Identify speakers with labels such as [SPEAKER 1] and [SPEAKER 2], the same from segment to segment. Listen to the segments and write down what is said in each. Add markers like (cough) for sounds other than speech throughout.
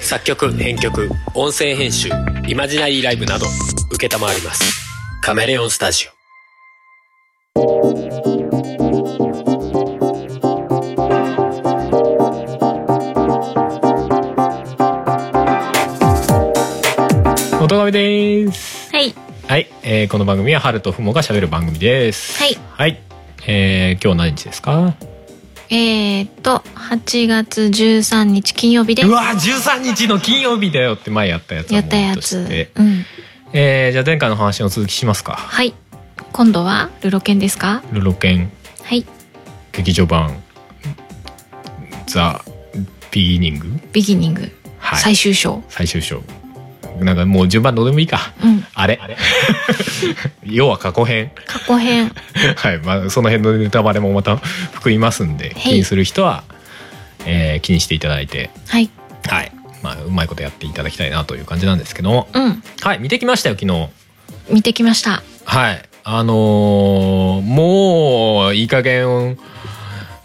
[SPEAKER 1] 作曲、編曲、音声編集、イマジナリーライブなど、受けたまわります。カメレオンスタジオ。
[SPEAKER 2] 音神です。
[SPEAKER 3] はい。
[SPEAKER 2] はい、えーこの番組は春とふもが喋る番組です。
[SPEAKER 3] はい。
[SPEAKER 2] はい、えー今日何日ですか。
[SPEAKER 3] えー、っと、8月13日金曜日です
[SPEAKER 2] う。わ、十三日の金曜日だよって前やったやつは
[SPEAKER 3] や
[SPEAKER 2] も
[SPEAKER 3] っ
[SPEAKER 2] う
[SPEAKER 3] たや
[SPEAKER 2] とし
[SPEAKER 3] つ
[SPEAKER 2] て。
[SPEAKER 3] うん。
[SPEAKER 2] えーじゃあ前回の話の続きしますか。
[SPEAKER 3] はい。今度はルロケンですか
[SPEAKER 2] ルロケン
[SPEAKER 3] はい。
[SPEAKER 2] 劇場版ザビギニング
[SPEAKER 3] ビギニング。
[SPEAKER 2] はい
[SPEAKER 3] 最終章。
[SPEAKER 2] 最終章。なんかもう順番どうでもいいか。
[SPEAKER 3] うん。
[SPEAKER 2] あれ要は過去編
[SPEAKER 3] 過去編。
[SPEAKER 2] はい、まあ、その辺のネタバレもまた含みますんで
[SPEAKER 3] い
[SPEAKER 2] 気にする人は、えー気にしていただいて、
[SPEAKER 3] (laughs) はい。
[SPEAKER 2] はいまあ、うまいことやっていただきたいなという感じなんですけども
[SPEAKER 3] うん。
[SPEAKER 2] はい見てきましたよ昨日
[SPEAKER 3] 見てきました。
[SPEAKER 2] はいあのーもういい加減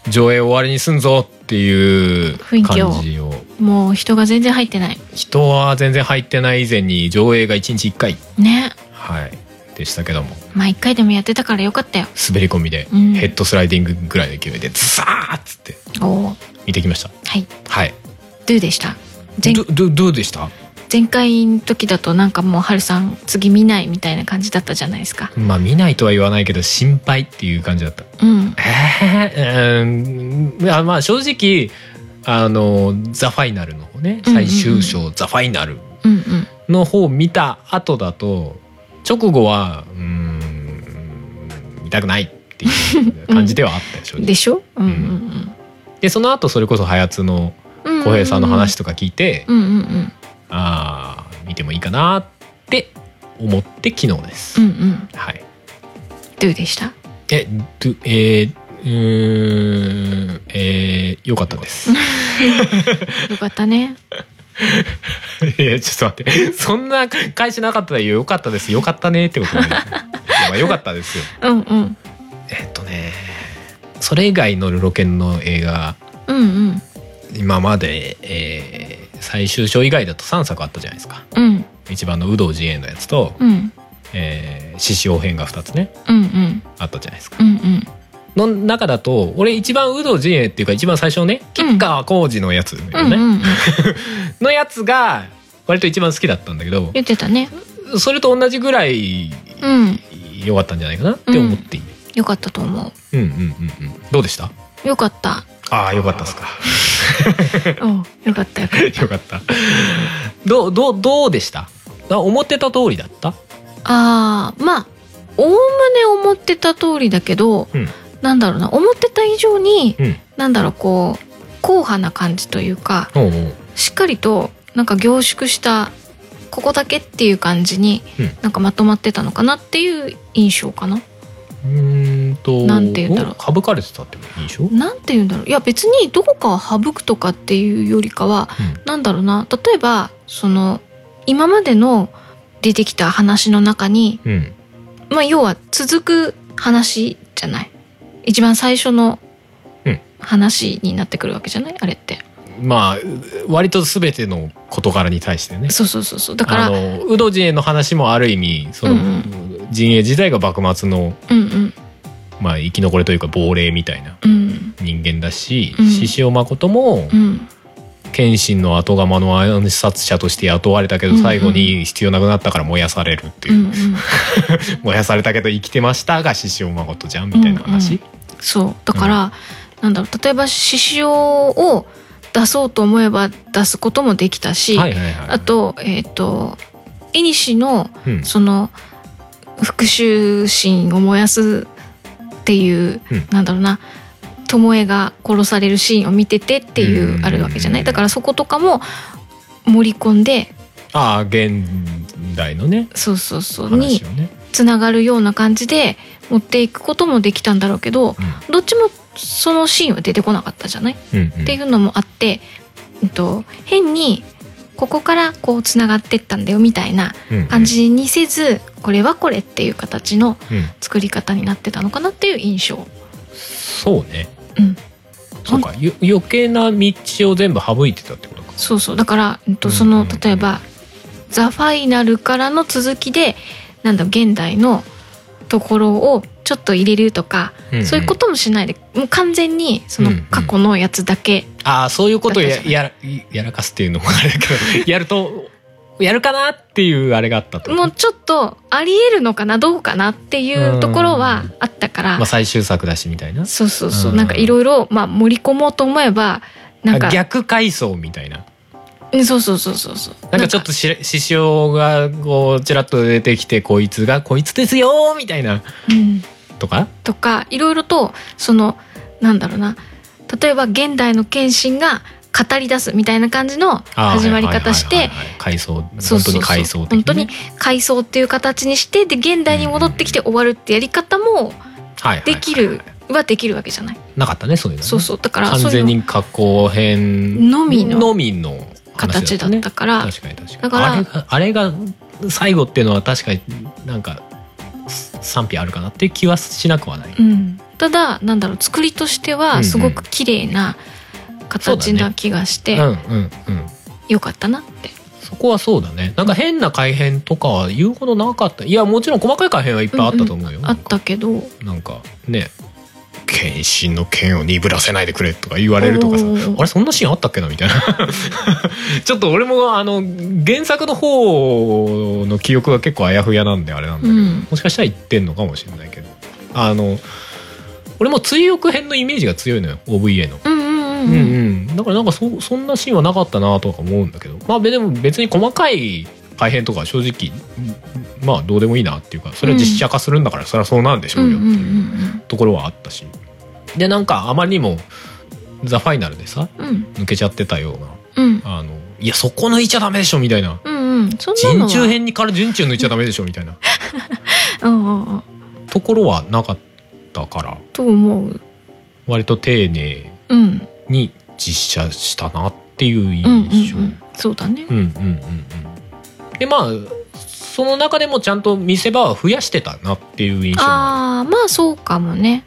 [SPEAKER 2] 上映終わりにすんぞっていう
[SPEAKER 3] 雰囲気を
[SPEAKER 2] 感じを
[SPEAKER 3] もう人が全然入ってない。
[SPEAKER 2] 人は全然入ってない以前に上映が1日1回、
[SPEAKER 3] ね。
[SPEAKER 2] はい、でしたけども
[SPEAKER 3] まあ一回でもやってたからよかったよ。
[SPEAKER 2] 滑り込みで
[SPEAKER 3] うん
[SPEAKER 2] ヘッドスライディングぐらいの勢いでズサーッつって
[SPEAKER 3] おー
[SPEAKER 2] 見てきました
[SPEAKER 3] はい。
[SPEAKER 2] はい
[SPEAKER 3] ドゥでした。前
[SPEAKER 2] どどどうでした
[SPEAKER 3] 前回の時だとなんかもうハルさん次見ないみたいな感じだったじゃないですか。
[SPEAKER 2] まあ見ないとは言わないけど心配っていう感じだった
[SPEAKER 3] うん。
[SPEAKER 2] えー、うーんあまあ正直あの「ザ・ファイナルの方ね
[SPEAKER 3] うんうん
[SPEAKER 2] 最
[SPEAKER 3] うん
[SPEAKER 2] 終章「ザ・ファイナル
[SPEAKER 3] うんうん。
[SPEAKER 2] の方見た後だと直後はうーん見たくないっていう感じではあったでしょ、
[SPEAKER 3] でしょうん
[SPEAKER 2] うん
[SPEAKER 3] うん
[SPEAKER 2] でその後それこそハヤツの
[SPEAKER 3] うん。
[SPEAKER 2] 浩平さんの話とか聞いて、
[SPEAKER 3] うんうんうん。
[SPEAKER 2] ああ見てもいいかなって思って昨日で
[SPEAKER 3] う
[SPEAKER 2] す、
[SPEAKER 3] んうん。
[SPEAKER 2] はい
[SPEAKER 3] どうでした
[SPEAKER 2] えどえーうーんえー、よかったです。
[SPEAKER 3] よかったね。
[SPEAKER 2] いや、ちょっと待って。そんな返しなかったらよかったです。よかったねってことね。い (laughs) やまあよかったですよ。
[SPEAKER 3] うんうん。
[SPEAKER 2] えっとね、それ以外のルロケンの映画、
[SPEAKER 3] うんうん。
[SPEAKER 2] 今まで、えー最終章以外だと3作あったじゃないですか。
[SPEAKER 3] うん
[SPEAKER 2] 一番の有働自衛のやつと、
[SPEAKER 3] うん。
[SPEAKER 2] えー、獅子王編が2つね、
[SPEAKER 3] うんうん。
[SPEAKER 2] あったじゃないですか。
[SPEAKER 3] うんうん。
[SPEAKER 2] の中だと、俺一番有働自衛っていうか一番最初ね、吉川浩司のやつよね、
[SPEAKER 3] うんうんうん。
[SPEAKER 2] のやつが、割と一番好きだったんだけど、
[SPEAKER 3] 言ってたね。
[SPEAKER 2] それと同じぐらい
[SPEAKER 3] うん。
[SPEAKER 2] 良かったんじゃないかなって思っている。
[SPEAKER 3] よかったと思
[SPEAKER 2] うん、うん、うんうんうんどうでした
[SPEAKER 3] う。よ
[SPEAKER 2] (laughs)
[SPEAKER 3] かった。
[SPEAKER 2] ああ、良かった (laughs) ですか。
[SPEAKER 3] うん。よかったよかっ
[SPEAKER 2] よかった。どう、どう、どうでしたあ思ってた通りだった
[SPEAKER 3] た。ああ、まあ、おおむね思ってた通りだけど、
[SPEAKER 2] うん
[SPEAKER 3] なんだろうな、思ってた以上に、
[SPEAKER 2] うん。
[SPEAKER 3] なんだろう、こう、硬派な感じというか、
[SPEAKER 2] おうおう
[SPEAKER 3] しっかりと、なんか凝縮した、ここだけっていう感じに、
[SPEAKER 2] うん
[SPEAKER 3] なんかまとまってたのかなっていう印象かな。
[SPEAKER 2] うーんと。
[SPEAKER 3] なんて言うんだろう
[SPEAKER 2] かぶかれてたって印象
[SPEAKER 3] なんて言うんだろういや別にどこかを省くとかっていうよりかは、
[SPEAKER 2] うん
[SPEAKER 3] なんだろうな例えばその今までの出てきた話の中に、
[SPEAKER 2] うん。
[SPEAKER 3] まあ、要は続く話じゃない一番最初の
[SPEAKER 2] うん
[SPEAKER 3] 話になってくるわけじゃないあれって
[SPEAKER 2] まあ、割と全ての事柄に対してね。
[SPEAKER 3] そうそうそうそうだか
[SPEAKER 2] あ
[SPEAKER 3] ら
[SPEAKER 2] の、ウド陣営の話もある意味、その、
[SPEAKER 3] うん
[SPEAKER 2] 陣営自体が幕末の、
[SPEAKER 3] うんうん
[SPEAKER 2] まあ、生き残りというか亡霊みたいな
[SPEAKER 3] うん
[SPEAKER 2] 人間だし、
[SPEAKER 3] うん
[SPEAKER 2] 獅子王誠も、
[SPEAKER 3] うん
[SPEAKER 2] 謙信の後釜の暗殺者として雇われたけど
[SPEAKER 3] うんうん
[SPEAKER 2] 最後に必要なくなったから燃やされるって
[SPEAKER 3] う
[SPEAKER 2] いう、
[SPEAKER 3] んうん
[SPEAKER 2] 燃やされたけど生きてましたが獅子王誠じゃんみたいな話、
[SPEAKER 3] そうだから、なんだろう例えば獅子王を出そうと思えば出すこともできたし、
[SPEAKER 2] はいはいはい
[SPEAKER 3] あと、えっ、と、イニシの、
[SPEAKER 2] うん
[SPEAKER 3] その、復讐心を燃やすっていう、
[SPEAKER 2] うん
[SPEAKER 3] なんだろうな、巴が殺されるシーンを見ててって
[SPEAKER 2] うんうん
[SPEAKER 3] いうう、
[SPEAKER 2] ん
[SPEAKER 3] あるわけじゃない。だからそことかも盛り込んで、
[SPEAKER 2] ああ現代のね
[SPEAKER 3] そうそうそう、に
[SPEAKER 2] 話をね、
[SPEAKER 3] つながるような感じで持っていくこともできたんだろうけど、どっちもそのシーンは出てこなかったじゃない
[SPEAKER 2] うんうんうん
[SPEAKER 3] っていうのもあって、うんと、変にここからこうつながってったんだよみたいな
[SPEAKER 2] うんうん
[SPEAKER 3] 感じにせずこれはこれっていう形の
[SPEAKER 2] うん
[SPEAKER 3] 作り方になってたのかなっていう印象
[SPEAKER 2] そうね
[SPEAKER 3] うん
[SPEAKER 2] そうかよ余計な道を全部省いてたってことか
[SPEAKER 3] そうそうだから、うんと、
[SPEAKER 2] うん
[SPEAKER 3] そ
[SPEAKER 2] うん
[SPEAKER 3] の例えば「ザ・ファイナル」からの続きでなんだ現代のところをちょっと入れるとか、
[SPEAKER 2] うんうん
[SPEAKER 3] そういうこともしないでもう完全にその
[SPEAKER 2] うんうん
[SPEAKER 3] 過去のやつだけ、
[SPEAKER 2] ああそういうことを
[SPEAKER 3] だっ
[SPEAKER 2] や
[SPEAKER 3] たじ
[SPEAKER 2] やらやらかすっていうのもあれだけどやるとやるかなっていうあれがあったと
[SPEAKER 3] もうちょっとありえるのかなどうかなっていうところはあったから、
[SPEAKER 2] まあ、最終作だしみたいな
[SPEAKER 3] そうそうそう、
[SPEAKER 2] うん
[SPEAKER 3] なんかいろいろまあ盛り込もうと思えばなんか
[SPEAKER 2] 逆回想みたいな
[SPEAKER 3] うんそうそうそうそうそう
[SPEAKER 2] なんかちょっとし師匠がこうちらっと出てきてこいつが「こいつですよ!」みたいな
[SPEAKER 3] うん
[SPEAKER 2] とか
[SPEAKER 3] とかいろいろとそのなんだろうな例えば現代の謙信が語り出すみたいな感じの
[SPEAKER 2] あー
[SPEAKER 3] 始まり方し
[SPEAKER 2] はい
[SPEAKER 3] て
[SPEAKER 2] はいはいはい回想
[SPEAKER 3] そう
[SPEAKER 2] 本
[SPEAKER 3] そ
[SPEAKER 2] 当
[SPEAKER 3] うそう
[SPEAKER 2] に回想的
[SPEAKER 3] 本当に
[SPEAKER 2] ね
[SPEAKER 3] 回想っていう形にしてで現代に戻ってきて終わるってやり方も
[SPEAKER 2] はいはいはい
[SPEAKER 3] できるはできるわけじゃない、
[SPEAKER 2] なかったねそういうのね
[SPEAKER 3] そうそうだから
[SPEAKER 2] 完
[SPEAKER 3] そうい
[SPEAKER 2] 全
[SPEAKER 3] う
[SPEAKER 2] に加工編
[SPEAKER 3] のみの
[SPEAKER 2] のみの
[SPEAKER 3] 形
[SPEAKER 2] 話
[SPEAKER 3] だ
[SPEAKER 2] ね
[SPEAKER 3] ったから
[SPEAKER 2] 確かに確かに
[SPEAKER 3] だから
[SPEAKER 2] あれがあれが最後っていうのは確かになんか賛否あるかなっていう気はしなくはない、
[SPEAKER 3] うん、ただなんだろう作りとしてはすごく綺麗な形な気がし
[SPEAKER 2] う
[SPEAKER 3] て、
[SPEAKER 2] ん、うんうん
[SPEAKER 3] よかったなって
[SPEAKER 2] そこはそうだねなんか変な改変とかは言うほどなかったいやもちろん細かい改変はいっぱいあったと思うよ、
[SPEAKER 3] あったけど
[SPEAKER 2] なんかね剣心の剣を鈍らせないでくれとか言われるとかさ
[SPEAKER 3] おー
[SPEAKER 2] あれそんなシーンあったっけなみたいな (laughs) ちょっと俺もあの原作の方の記憶が結構あやふやなんであれなんだけど、
[SPEAKER 3] うん
[SPEAKER 2] もしかしたら言ってんのかもしれないけどあの俺も追憶編のイメージが強いのよ OVA の。
[SPEAKER 3] うんうん
[SPEAKER 2] うん
[SPEAKER 3] うん
[SPEAKER 2] う
[SPEAKER 3] うん
[SPEAKER 2] ん、だからなんかそそんなシーンはなかったなとか思うんだけどまあでも別に細かい改変とかは正直うんまあどうでもいいなっていうかそれは実写化するんだからそれはそうなんでし
[SPEAKER 3] う
[SPEAKER 2] ょうんよ
[SPEAKER 3] う
[SPEAKER 2] っ
[SPEAKER 3] ん
[SPEAKER 2] てい
[SPEAKER 3] うん
[SPEAKER 2] うところはあったしでなんかあまりにも「ザ・ファイナルでさ
[SPEAKER 3] うん
[SPEAKER 2] 抜けちゃってたような
[SPEAKER 3] うん
[SPEAKER 2] あのいやそこ抜いちゃダメでしょみたいな
[SPEAKER 3] うんうんそんなの
[SPEAKER 2] 人
[SPEAKER 3] は
[SPEAKER 2] 中編にから人中抜いちゃダメでしょみたいな
[SPEAKER 3] うんうんうん
[SPEAKER 2] ところはなかったから
[SPEAKER 3] と思う
[SPEAKER 2] 割と丁寧
[SPEAKER 3] うん
[SPEAKER 2] に実写したなっていう
[SPEAKER 3] うんうん
[SPEAKER 2] 印象。
[SPEAKER 3] うんそうだね
[SPEAKER 2] うんうんうんうんでまあその中でもちゃんと見せ場は増やしてたなっていう印象もあ
[SPEAKER 3] ああまあそうかもね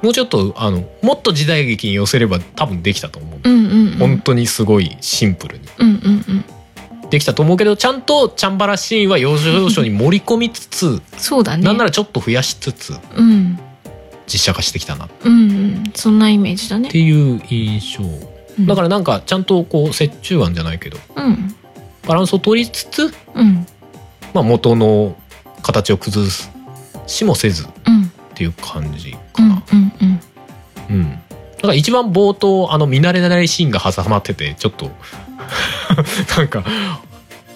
[SPEAKER 2] るもうちょっとあのもっと時代劇に寄せれば多分できたと思う、
[SPEAKER 3] うんうんうん
[SPEAKER 2] 本当にすごいシンプルに
[SPEAKER 3] うんうんうん
[SPEAKER 2] できたと思うけどちゃんとチャンバラシーンは要所要所に盛り込みつつ、
[SPEAKER 3] そうだね
[SPEAKER 2] なんならちょっと増やしつつ
[SPEAKER 3] うん
[SPEAKER 2] 実写化してきたなっ
[SPEAKER 3] うんうんそんなイメージだね
[SPEAKER 2] ていう印象、
[SPEAKER 3] うん
[SPEAKER 2] だからなんかちゃんとこう折衷案じゃないけど
[SPEAKER 3] うん
[SPEAKER 2] バランスを取りつつ、
[SPEAKER 3] うん
[SPEAKER 2] まあ、元の形を崩すしもせずっ
[SPEAKER 3] うん
[SPEAKER 2] ていう感じ
[SPEAKER 3] う
[SPEAKER 2] か
[SPEAKER 3] ん
[SPEAKER 2] な。
[SPEAKER 3] うんうん
[SPEAKER 2] うん。だから一番冒頭、あの、見慣れないシーンが挟まってて、ちょっと、 (laughs) なんか、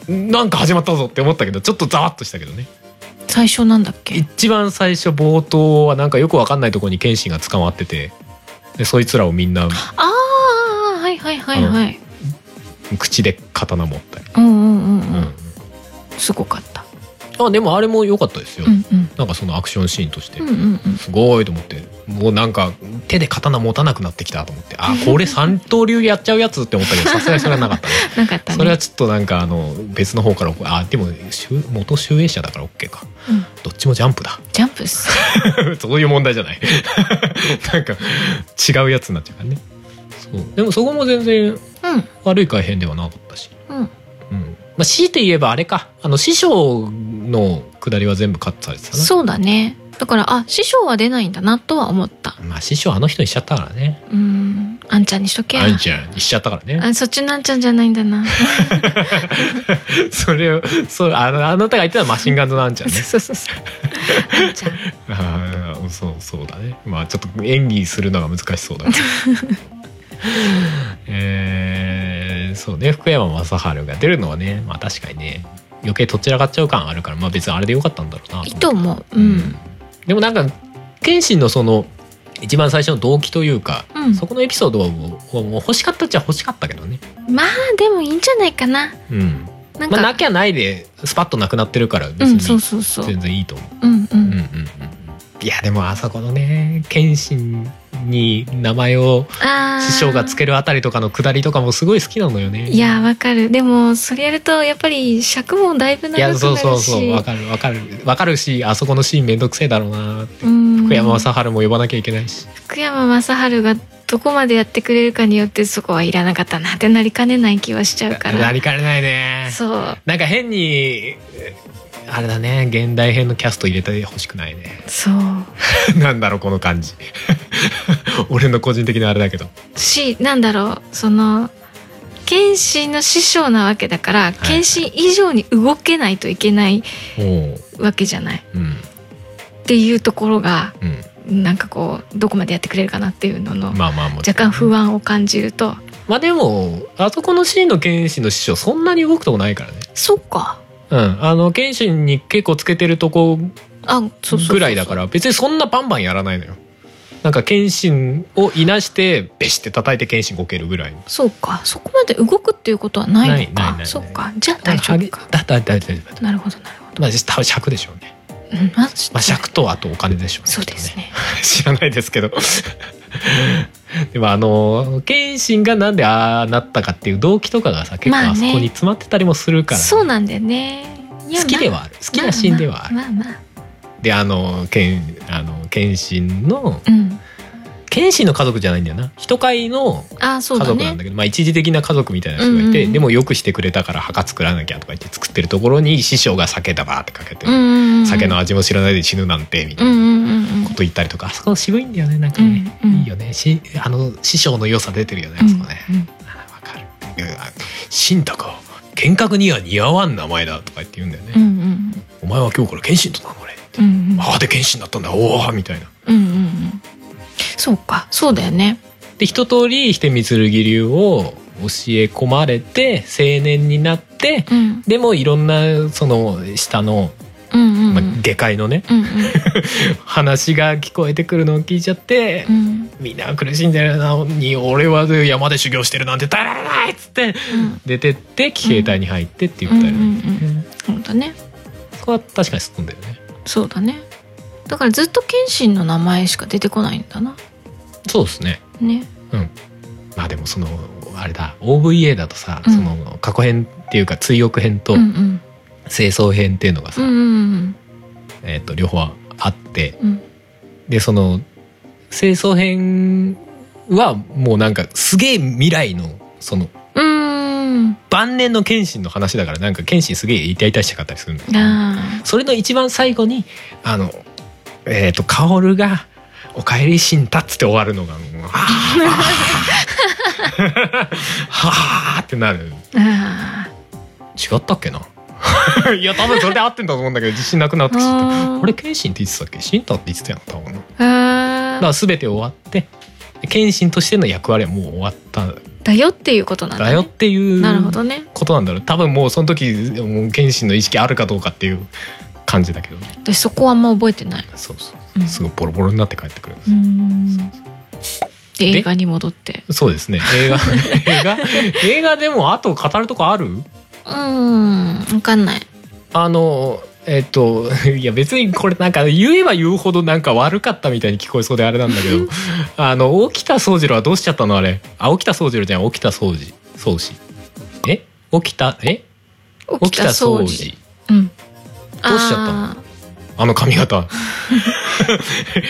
[SPEAKER 2] なんか始まったぞって思ったけど、ちょっとざわっとしたけどね。
[SPEAKER 3] 最初なんだっけ
[SPEAKER 2] 一番最初冒頭はなんかよくわかんないところに剣心が捕まってて、で、そいつらをみんな
[SPEAKER 3] ああはいはいはいはい
[SPEAKER 2] 口で刀持ったり。
[SPEAKER 3] うんうんう
[SPEAKER 2] うん
[SPEAKER 3] んうんすごかった
[SPEAKER 2] あ、でもあれも良かったですよ。
[SPEAKER 3] うんうん
[SPEAKER 2] なんかそのアクションシーンとして
[SPEAKER 3] うん。うんうん
[SPEAKER 2] すごいと思ってもうなんか手で刀持たなくなってきたと思ってあこれ三刀流やっちゃうやつって思ったけどさすがにそれはなかったね
[SPEAKER 3] なんかあったね
[SPEAKER 2] それはちょっとなんかあの別の方からあでもしゅ元集英社だから OK か
[SPEAKER 3] うん
[SPEAKER 2] どっちもジャンプだ (laughs)
[SPEAKER 3] ジャンプっす
[SPEAKER 2] そういう問題じゃない (laughs) なんか違うやつになっちゃうからねそうでもそこも全然
[SPEAKER 3] うん
[SPEAKER 2] 悪い改変ではなかったし、
[SPEAKER 3] うん
[SPEAKER 2] うんまあ、強いて言えばあれかあの師匠の下りは全部カットされてたな
[SPEAKER 3] そうだねだからあ師匠は出ないんだなとは思った
[SPEAKER 2] まあ師匠あの人にしちゃったからね
[SPEAKER 3] うんあんちゃんにしとけ
[SPEAKER 2] あんちゃんにしちゃったからね
[SPEAKER 3] あそっちのあんちゃんじゃないん
[SPEAKER 2] (laughs)
[SPEAKER 3] だな
[SPEAKER 2] それをそうあのあなたが言ってたのはマシンガンズなんちゃうね
[SPEAKER 3] そ
[SPEAKER 2] (laughs)
[SPEAKER 3] うそうそうあんちゃん
[SPEAKER 2] ああ (laughs) そうそうだねまあちょっと演技するのが難しそう
[SPEAKER 3] (laughs)
[SPEAKER 2] だえー、そうね福山雅治が出るのはねまあ確かにね余計とっちらかっちゃう感あるからまあ別にあれでよかったんだろうない
[SPEAKER 3] いと思ううん
[SPEAKER 2] でもなんか謙信のその一番最初の動機というか、
[SPEAKER 3] うん
[SPEAKER 2] そこのエピソードはもうもう欲しかったっちゃ欲しかったけどね
[SPEAKER 3] まあでもいいんじゃないかな
[SPEAKER 2] うん
[SPEAKER 3] なん
[SPEAKER 2] ま
[SPEAKER 3] か、
[SPEAKER 2] あなきゃないでスパッとなくなってるから
[SPEAKER 3] う
[SPEAKER 2] 別
[SPEAKER 3] んそう
[SPEAKER 2] に
[SPEAKER 3] そうそう
[SPEAKER 2] 全然いいと思う
[SPEAKER 3] うんう
[SPEAKER 2] うんうん
[SPEAKER 3] ん
[SPEAKER 2] うんいやでもあそこのね謙信に名前を
[SPEAKER 3] あー
[SPEAKER 2] 師匠がつけるあたりとかのくだりとかもすごい好きなのよね
[SPEAKER 3] いやわかるでもそれやるとやっぱり尺もだいぶ長
[SPEAKER 2] い
[SPEAKER 3] くなる
[SPEAKER 2] や
[SPEAKER 3] し
[SPEAKER 2] そうそうそうわかるわかるわかるしあそこのシーンめんどくせえだろうなって
[SPEAKER 3] うん
[SPEAKER 2] 福山雅治も呼ばなきゃいけないし
[SPEAKER 3] 福山雅治がどこまでやってくれるかによってそこはいらなかったなってなりかねない気はしちゃうか
[SPEAKER 2] な
[SPEAKER 3] ら
[SPEAKER 2] りかねないね
[SPEAKER 3] そう
[SPEAKER 2] なんか変にあれだね現代編のキャスト入れてほしくないね (laughs)
[SPEAKER 3] そう
[SPEAKER 2] なんだろうこの感じ (laughs) 俺の個人的なあれだけど
[SPEAKER 3] しなんだろうその謙信の師匠なわけだから
[SPEAKER 2] い
[SPEAKER 3] 謙信以上に動けないといけない
[SPEAKER 2] おう
[SPEAKER 3] わけじゃない、
[SPEAKER 2] うん
[SPEAKER 3] っていうところが
[SPEAKER 2] う
[SPEAKER 3] なんかこうどこまでやってくれるかなっていうのの
[SPEAKER 2] んまあまあも
[SPEAKER 3] 若干不安を感じると
[SPEAKER 2] まあでもあそこのシーンの剣士の師匠そんなに動くとこないからね
[SPEAKER 3] そっか
[SPEAKER 2] うんあの剣士に結構つけてるとこ
[SPEAKER 3] あそうそうそうそう
[SPEAKER 2] ぐらいだから別にそんなバンバンやらないのよなんか剣心をいなしてベシって叩いて剣心こけるぐらいの
[SPEAKER 3] そうかそこまで動くっていうことはないの
[SPEAKER 2] ないないない
[SPEAKER 3] か
[SPEAKER 2] ない
[SPEAKER 3] そっかじゃあ大丈夫か
[SPEAKER 2] だだだだだだ
[SPEAKER 3] なるほどなるほ
[SPEAKER 2] まあ多分尺でしょうね、
[SPEAKER 3] どうんまあ
[SPEAKER 2] まあ、尺とあとお金でしょうね
[SPEAKER 3] そうですね
[SPEAKER 2] 知らないですけどでもあの謙信がなんでああなったかっていう動機とかがさ結構
[SPEAKER 3] ま
[SPEAKER 2] あ
[SPEAKER 3] あ
[SPEAKER 2] そ
[SPEAKER 3] ね
[SPEAKER 2] こに詰まってたりもするから、
[SPEAKER 3] そうなんだよねいや
[SPEAKER 2] 好きではある好きなシーンではある、
[SPEAKER 3] まあまあまあまあ
[SPEAKER 2] であの剣あの謙信の
[SPEAKER 3] うん
[SPEAKER 2] 謙信の家族じゃないんだよな人飼いの
[SPEAKER 3] あそう
[SPEAKER 2] 家
[SPEAKER 3] だ
[SPEAKER 2] 族なん
[SPEAKER 3] ね
[SPEAKER 2] だけど、まあ、一時的な家族みたいな人がいて、
[SPEAKER 3] うんうんうん
[SPEAKER 2] でもよくしてくれたから墓作らなきゃとか言って作ってるところに師匠が酒だばーってかけて、
[SPEAKER 3] うんうんうん
[SPEAKER 2] 酒の味も知らないで死ぬなんてみた
[SPEAKER 3] う
[SPEAKER 2] い
[SPEAKER 3] ん
[SPEAKER 2] なこ
[SPEAKER 3] うんうんうん
[SPEAKER 2] と言ったりとか、あそこ渋いんだよねなんかね、
[SPEAKER 3] うんうん
[SPEAKER 2] いいよねしあの師匠の良さ出てるよねあそこね、あわかるいや信太か剣閣には似合わん名前だとか言って言うんだよね、
[SPEAKER 3] うんうん
[SPEAKER 2] お前は今日から謙信と名乗れ
[SPEAKER 3] うんうん
[SPEAKER 2] ああで謙信だったんだおおみたいな
[SPEAKER 3] うんうんうんそうかそうだよね
[SPEAKER 2] で一通り秀光流を教え込まれて青年になって
[SPEAKER 3] うん
[SPEAKER 2] でもいろんなその下の、
[SPEAKER 3] うんうんうん
[SPEAKER 2] まあ、下界のね、
[SPEAKER 3] うん
[SPEAKER 2] 話が聞こえてくるのを聞いちゃって、
[SPEAKER 3] うんうん
[SPEAKER 2] みんな苦しんでるのに俺は山で修行してるなんて耐えられないっつって
[SPEAKER 3] うん
[SPEAKER 2] 出てって騎兵隊に入ってっていう
[SPEAKER 3] う
[SPEAKER 2] 二
[SPEAKER 3] ん
[SPEAKER 2] 人
[SPEAKER 3] う
[SPEAKER 2] だね、
[SPEAKER 3] んうんそうだね
[SPEAKER 2] そこは確かにすっ飛んだよね
[SPEAKER 3] そうだねだからずっと謙信の名前しか出てこないんだな
[SPEAKER 2] そうですね
[SPEAKER 3] ね
[SPEAKER 2] まあでもそのあれだ OVA だとさ、
[SPEAKER 3] うん
[SPEAKER 2] その過去編っていうか追憶編と
[SPEAKER 3] うんうん
[SPEAKER 2] 清掃編っていうのが
[SPEAKER 3] う
[SPEAKER 2] さ、
[SPEAKER 3] んうん
[SPEAKER 2] えっと両方あって、
[SPEAKER 3] うん
[SPEAKER 2] でその清掃編はもうなんかすげえ未来のその
[SPEAKER 3] うんうん
[SPEAKER 2] 晩年の謙信の話だからなんか謙信すげえ痛々しかったりするんだけど
[SPEAKER 3] あ
[SPEAKER 2] それの一番最後にあのえっ、と薫が「おかえり信太」っつって終わるのがもう「あーはあ」ってなる
[SPEAKER 3] ーあ
[SPEAKER 2] 違ったっけないや多分それで合ってんだと思うんだけど自信なくなってきちゃった
[SPEAKER 3] ー
[SPEAKER 2] あれ謙信って言ってたっけ信太って言ってたよな多分な
[SPEAKER 3] あ
[SPEAKER 2] だ
[SPEAKER 3] ー
[SPEAKER 2] から全て終わって謙信としての役割はもう終わったん
[SPEAKER 3] だよっていうことなんだ
[SPEAKER 2] だ
[SPEAKER 3] ね
[SPEAKER 2] よっていう
[SPEAKER 3] なるほどね
[SPEAKER 2] ことなんだろう多分もうその時もう謙信の意識あるかどうかっていう感じだけどね
[SPEAKER 3] 私そこはあんま覚えてない
[SPEAKER 2] そうそう
[SPEAKER 3] うん
[SPEAKER 2] すごいボロボロになって帰ってくるんです、
[SPEAKER 3] うんで
[SPEAKER 2] で
[SPEAKER 3] 映画に戻って
[SPEAKER 2] そうですね映画 (laughs) 映画映画でもあと語るとこある
[SPEAKER 3] うんわかんない
[SPEAKER 2] あのえっと (laughs) いや別にこれなんか言えば言うほどなんか悪かったみたいに聞こえそうであれなんだけ
[SPEAKER 3] (laughs)
[SPEAKER 2] どあの沖田総次郎はどうしちゃったのあれあ沖田総次郎じゃん沖田総司総司え沖田え
[SPEAKER 3] 起き
[SPEAKER 2] 沖
[SPEAKER 3] た
[SPEAKER 2] 田
[SPEAKER 3] 掃
[SPEAKER 2] 総
[SPEAKER 3] 除
[SPEAKER 2] 司
[SPEAKER 3] うん
[SPEAKER 2] どうしちゃったの
[SPEAKER 3] あ
[SPEAKER 2] あの髪型
[SPEAKER 3] ー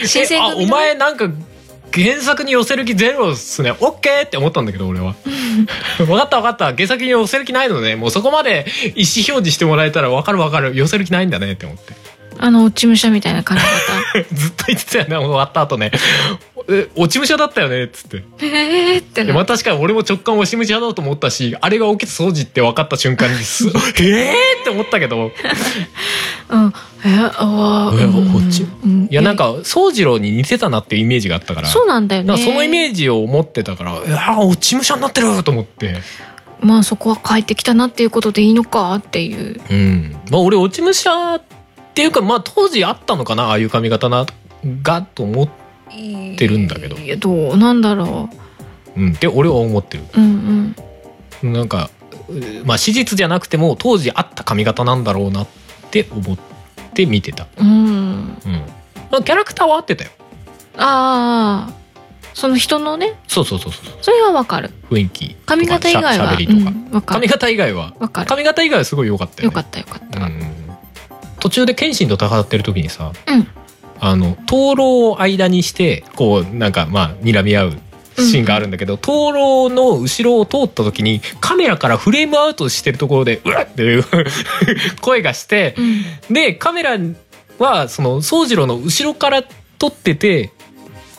[SPEAKER 3] 新
[SPEAKER 2] え
[SPEAKER 3] 選
[SPEAKER 2] あお
[SPEAKER 3] 組の
[SPEAKER 2] 前なんか原作に寄せる気ゼロっすねオッケーって思ったんだけど俺
[SPEAKER 3] (laughs)
[SPEAKER 2] は分かった分かった原作に寄せる気ないのねもうそこまで意思表示してもらえたら分かる分かる寄せる気ないんだねって思って
[SPEAKER 3] あの落ち武者みたいな髪型
[SPEAKER 2] ずっと言ってたよね終わった後ねえ落ち武者だったよねっつって (laughs)
[SPEAKER 3] えーって
[SPEAKER 2] いや
[SPEAKER 3] な
[SPEAKER 2] まあ確かに俺も直感落ち武者だと思ったしあれが起きた掃除って分かった瞬間にす (laughs) えーって思ったけど
[SPEAKER 3] うんえーあー
[SPEAKER 2] え
[SPEAKER 3] うん
[SPEAKER 2] 落ち
[SPEAKER 3] うん
[SPEAKER 2] いやなんか宗次郎に似てたなっていうイメージがあったから
[SPEAKER 3] そうなんだよ
[SPEAKER 2] なん
[SPEAKER 3] ね
[SPEAKER 2] かそのイメージを持ってたから「いやー落ち武者になってる!」と思って、
[SPEAKER 3] まあそこは帰ってきたなっていうことでいいのかっていう
[SPEAKER 2] うんまあ、俺落ち武者っていうかまあ当時あったのかなああいう髪型ながと思っ
[SPEAKER 3] 言
[SPEAKER 2] てるんだけど
[SPEAKER 3] いやどうなんだろ
[SPEAKER 2] うんで俺は思ってる
[SPEAKER 3] ううん
[SPEAKER 2] なんか、うまあ、史実じゃなくても当時あった髪型なんだろうなって思って見てた、
[SPEAKER 3] うんう
[SPEAKER 2] う
[SPEAKER 3] ん
[SPEAKER 2] んまあ、キャラクターは合ってたよ
[SPEAKER 3] ああその人のね
[SPEAKER 2] そうそうそうそう
[SPEAKER 3] それはわかる
[SPEAKER 2] 雰囲気とか
[SPEAKER 3] 髪型以外
[SPEAKER 2] しゃ
[SPEAKER 3] は
[SPEAKER 2] しゃべりと
[SPEAKER 3] う
[SPEAKER 2] か、
[SPEAKER 3] んわか
[SPEAKER 2] 髪
[SPEAKER 3] る
[SPEAKER 2] 型以外は
[SPEAKER 3] わかる
[SPEAKER 2] 髪型以外はすごい良かったよ
[SPEAKER 3] よ
[SPEAKER 2] ね
[SPEAKER 3] かったよかった
[SPEAKER 2] うん途中で謙信と戦ってる時にさ、
[SPEAKER 3] うん
[SPEAKER 2] あの灯籠を間にしてこうなんかまあ睨み合うシーンがあるんだけど、灯籠の後ろを通った時にカメラからフレームアウトしてるところで「うわっ!」っていう (laughs) 声がして
[SPEAKER 3] う、ん
[SPEAKER 2] でカメラはその宗次郎の後ろから撮ってて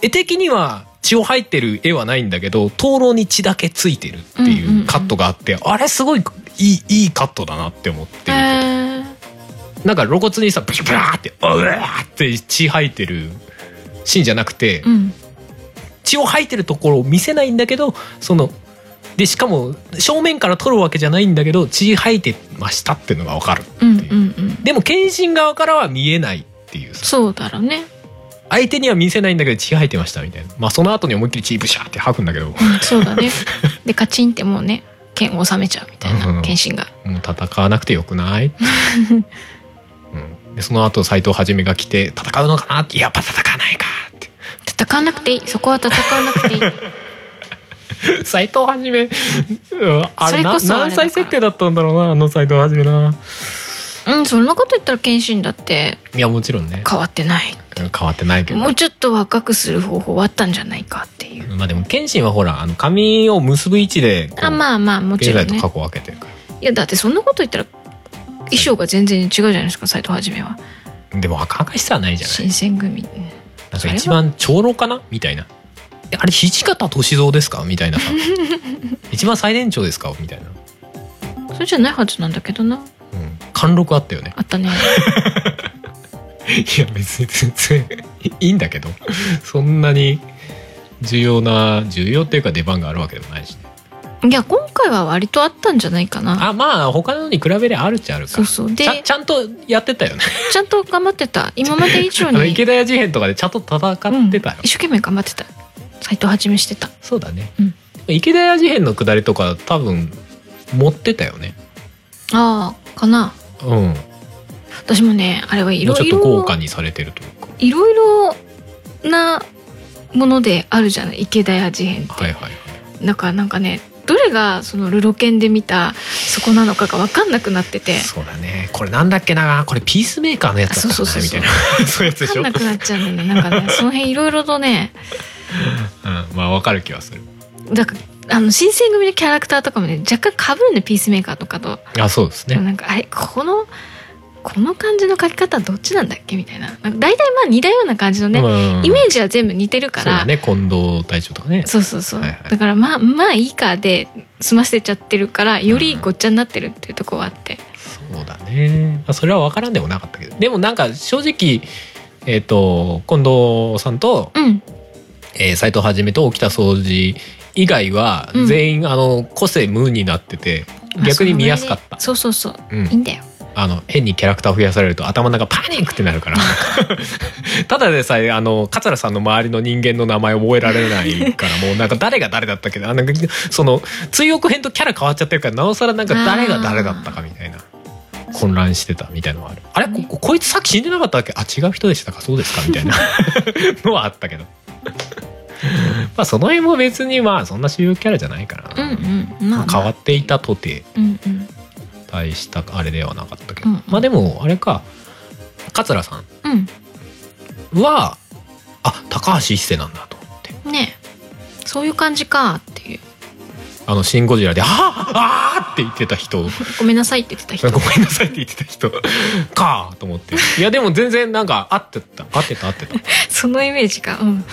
[SPEAKER 2] 絵的には血を入ってる絵はないんだけど灯籠に血だけついてるって
[SPEAKER 3] んうん
[SPEAKER 2] いううんカットがあって、あれすごいいいいいカットだなって思って
[SPEAKER 3] へ
[SPEAKER 2] る
[SPEAKER 3] ー
[SPEAKER 2] なんか露骨にさブシュブラーって「うわ!」って血吐いてるシーンじゃなくて、
[SPEAKER 3] うん
[SPEAKER 2] 血を吐いてるところを見せないんだけどそのでしかも正面から撮るわけじゃないんだけど血吐いてましたっていうのが分かる
[SPEAKER 3] うんうんうん
[SPEAKER 2] でも謙信側からは見えないっていうさ
[SPEAKER 3] そうだろうね
[SPEAKER 2] 相手には見せないんだけど血吐いてましたみたいなまあその後に思いっきり血ブシャーって吐くん
[SPEAKER 3] (laughs)
[SPEAKER 2] だけども
[SPEAKER 3] うんそ
[SPEAKER 2] (laughs)
[SPEAKER 3] うだねでカチンってもうね剣を収めちゃうみたい
[SPEAKER 2] うんう
[SPEAKER 3] なん謙信が
[SPEAKER 2] う戦わなくてよくない、うん、でその後斎藤はじめが来て戦うのかなってやっぱ戦わないかって
[SPEAKER 3] 戦わなくていいそこは戦わなくてい
[SPEAKER 2] (laughs)
[SPEAKER 3] い
[SPEAKER 2] 斎藤はじめ、うんあ
[SPEAKER 3] そ
[SPEAKER 2] れ
[SPEAKER 3] れ
[SPEAKER 2] な
[SPEAKER 3] こそあれだから
[SPEAKER 2] 何歳設定だったんだろうなあの斎藤はじめな
[SPEAKER 3] うんそんなこと言ったら謙信だって
[SPEAKER 2] いやもちろんね
[SPEAKER 3] 変わってない
[SPEAKER 2] 変わってないけど
[SPEAKER 3] もうちょっと若くする方法はあったんじゃないかっていう
[SPEAKER 2] まあでも謙信はほらあの髪を結ぶ位置でこう
[SPEAKER 3] あまあまあもち
[SPEAKER 2] 現
[SPEAKER 3] ろ
[SPEAKER 2] 代
[SPEAKER 3] ん
[SPEAKER 2] と
[SPEAKER 3] ね
[SPEAKER 2] 過去を分けてるか
[SPEAKER 3] いやだってそんなこと言ったら衣装が全然違うじゃないですか斎藤はじめは
[SPEAKER 2] らでも若々しさはないじゃない
[SPEAKER 3] 新選組
[SPEAKER 2] なんか
[SPEAKER 3] それは
[SPEAKER 2] 一番長老かなみたいなえあれ土方歳三ですかみたいな
[SPEAKER 3] (laughs)
[SPEAKER 2] さ一番最年長ですかみたいな、
[SPEAKER 3] それじゃないはずなんだけどな
[SPEAKER 2] うん、貫禄あったよね (laughs)
[SPEAKER 3] あったね
[SPEAKER 2] いや別に全然 (laughs) いいんだけどそんなに重要な重要っていうか出番があるわけでもないしね
[SPEAKER 3] いや今回は割とあったんじゃないかな
[SPEAKER 2] あまあ他のに比べりゃあるっちゃあるか
[SPEAKER 3] そうそうで
[SPEAKER 2] ちゃちゃんとやってたよね
[SPEAKER 3] ちゃんと頑張ってた今まで以
[SPEAKER 2] (laughs)
[SPEAKER 3] 上
[SPEAKER 2] あの
[SPEAKER 3] に
[SPEAKER 2] 池田屋事変とかでちゃんと戦ってたよ、
[SPEAKER 3] うん一生懸命頑張ってた斎藤はじめしてた
[SPEAKER 2] そうだね、
[SPEAKER 3] うん
[SPEAKER 2] 池田屋事変の下りとか多分持ってたよね
[SPEAKER 3] ああかな
[SPEAKER 2] うん
[SPEAKER 3] 私もねあれはい
[SPEAKER 2] もう
[SPEAKER 3] ろ
[SPEAKER 2] ちょ
[SPEAKER 3] い
[SPEAKER 2] っと豪
[SPEAKER 3] ろ
[SPEAKER 2] 華にされてるというか
[SPEAKER 3] いろいろなものであるじゃない池田屋事変って、
[SPEAKER 2] はいはいはい
[SPEAKER 3] だからなんかねどれがそのルロケンで見たそこなのかが分かんなくなってて
[SPEAKER 2] そうだねこれなんだっけなこれピースメーカーのやつだった
[SPEAKER 3] そう
[SPEAKER 2] か
[SPEAKER 3] そう
[SPEAKER 2] なみたいな (laughs) そ
[SPEAKER 3] そうそう
[SPEAKER 2] ういうやつでし
[SPEAKER 3] 分か
[SPEAKER 2] ょ、うん、
[SPEAKER 3] んなくなっちゃうんだよねなんかねその辺いろいろとね
[SPEAKER 2] まあわかる気はする
[SPEAKER 3] だからあの新選組のキャラクターとかもね若干被るんでピースメーカーとかと、
[SPEAKER 2] あそうですね
[SPEAKER 3] なんかあれこのこの感じの書き方どっちなんだっけみたいななんか大体まあ似たような感じのね、
[SPEAKER 2] うん
[SPEAKER 3] イメージは全部似てるか
[SPEAKER 2] そう
[SPEAKER 3] ら
[SPEAKER 2] だね近藤隊長とかね
[SPEAKER 3] そうそうそう、
[SPEAKER 2] はいはい
[SPEAKER 3] だからまあまあいいかで済ませちゃってるからよりごっちゃになってるっていうとこはあって、
[SPEAKER 2] そうだね、まあ、それはわからんでもなかったけどでもなんか正直えっ、と近藤さんと
[SPEAKER 3] うん、
[SPEAKER 2] えー、斉藤はじめと沖田総司以外は
[SPEAKER 3] うん
[SPEAKER 2] 全員、あの個性無になってて逆に見やすかった
[SPEAKER 3] あ、そうそうそう
[SPEAKER 2] うん
[SPEAKER 3] いい、んだよ
[SPEAKER 2] あの変にキャラクター増やされると頭の中パニックってなるから
[SPEAKER 3] (laughs)
[SPEAKER 2] ただでさえあの桂さんの周りの人間の名前覚えられない
[SPEAKER 3] (laughs)
[SPEAKER 2] からもうなんか誰が誰だったっけななんかその追憶編とキャラ変わっちゃってるからなおさらなんか誰が誰だったかみたいな混乱してたみたいのはあるあれこここいつさっき死んでなかったっけあ違う人でしたかそうですかみたい
[SPEAKER 3] (laughs)
[SPEAKER 2] なのはあったけどまあその辺も別にまあそんな主要キャラじゃないから
[SPEAKER 3] うん
[SPEAKER 2] な、
[SPEAKER 3] うんまあ、まあ、
[SPEAKER 2] 変わっていたとて
[SPEAKER 3] うんうん
[SPEAKER 2] 大したあれではなかったけど、
[SPEAKER 3] うんうん
[SPEAKER 2] まあでもあれか桂さん
[SPEAKER 3] う
[SPEAKER 2] はあ高橋一生なんだと思って
[SPEAKER 3] んねえそういう感じかっていう
[SPEAKER 2] あの「シン・ゴジラ」で「あーあーって言ってた人ご
[SPEAKER 3] ごめんなさいって言ってた人
[SPEAKER 2] (laughs) めんなさいって言ってた人かーと思っていやでも全然なんか合ってた合ってた合ってた (laughs)
[SPEAKER 3] そのイメージがうん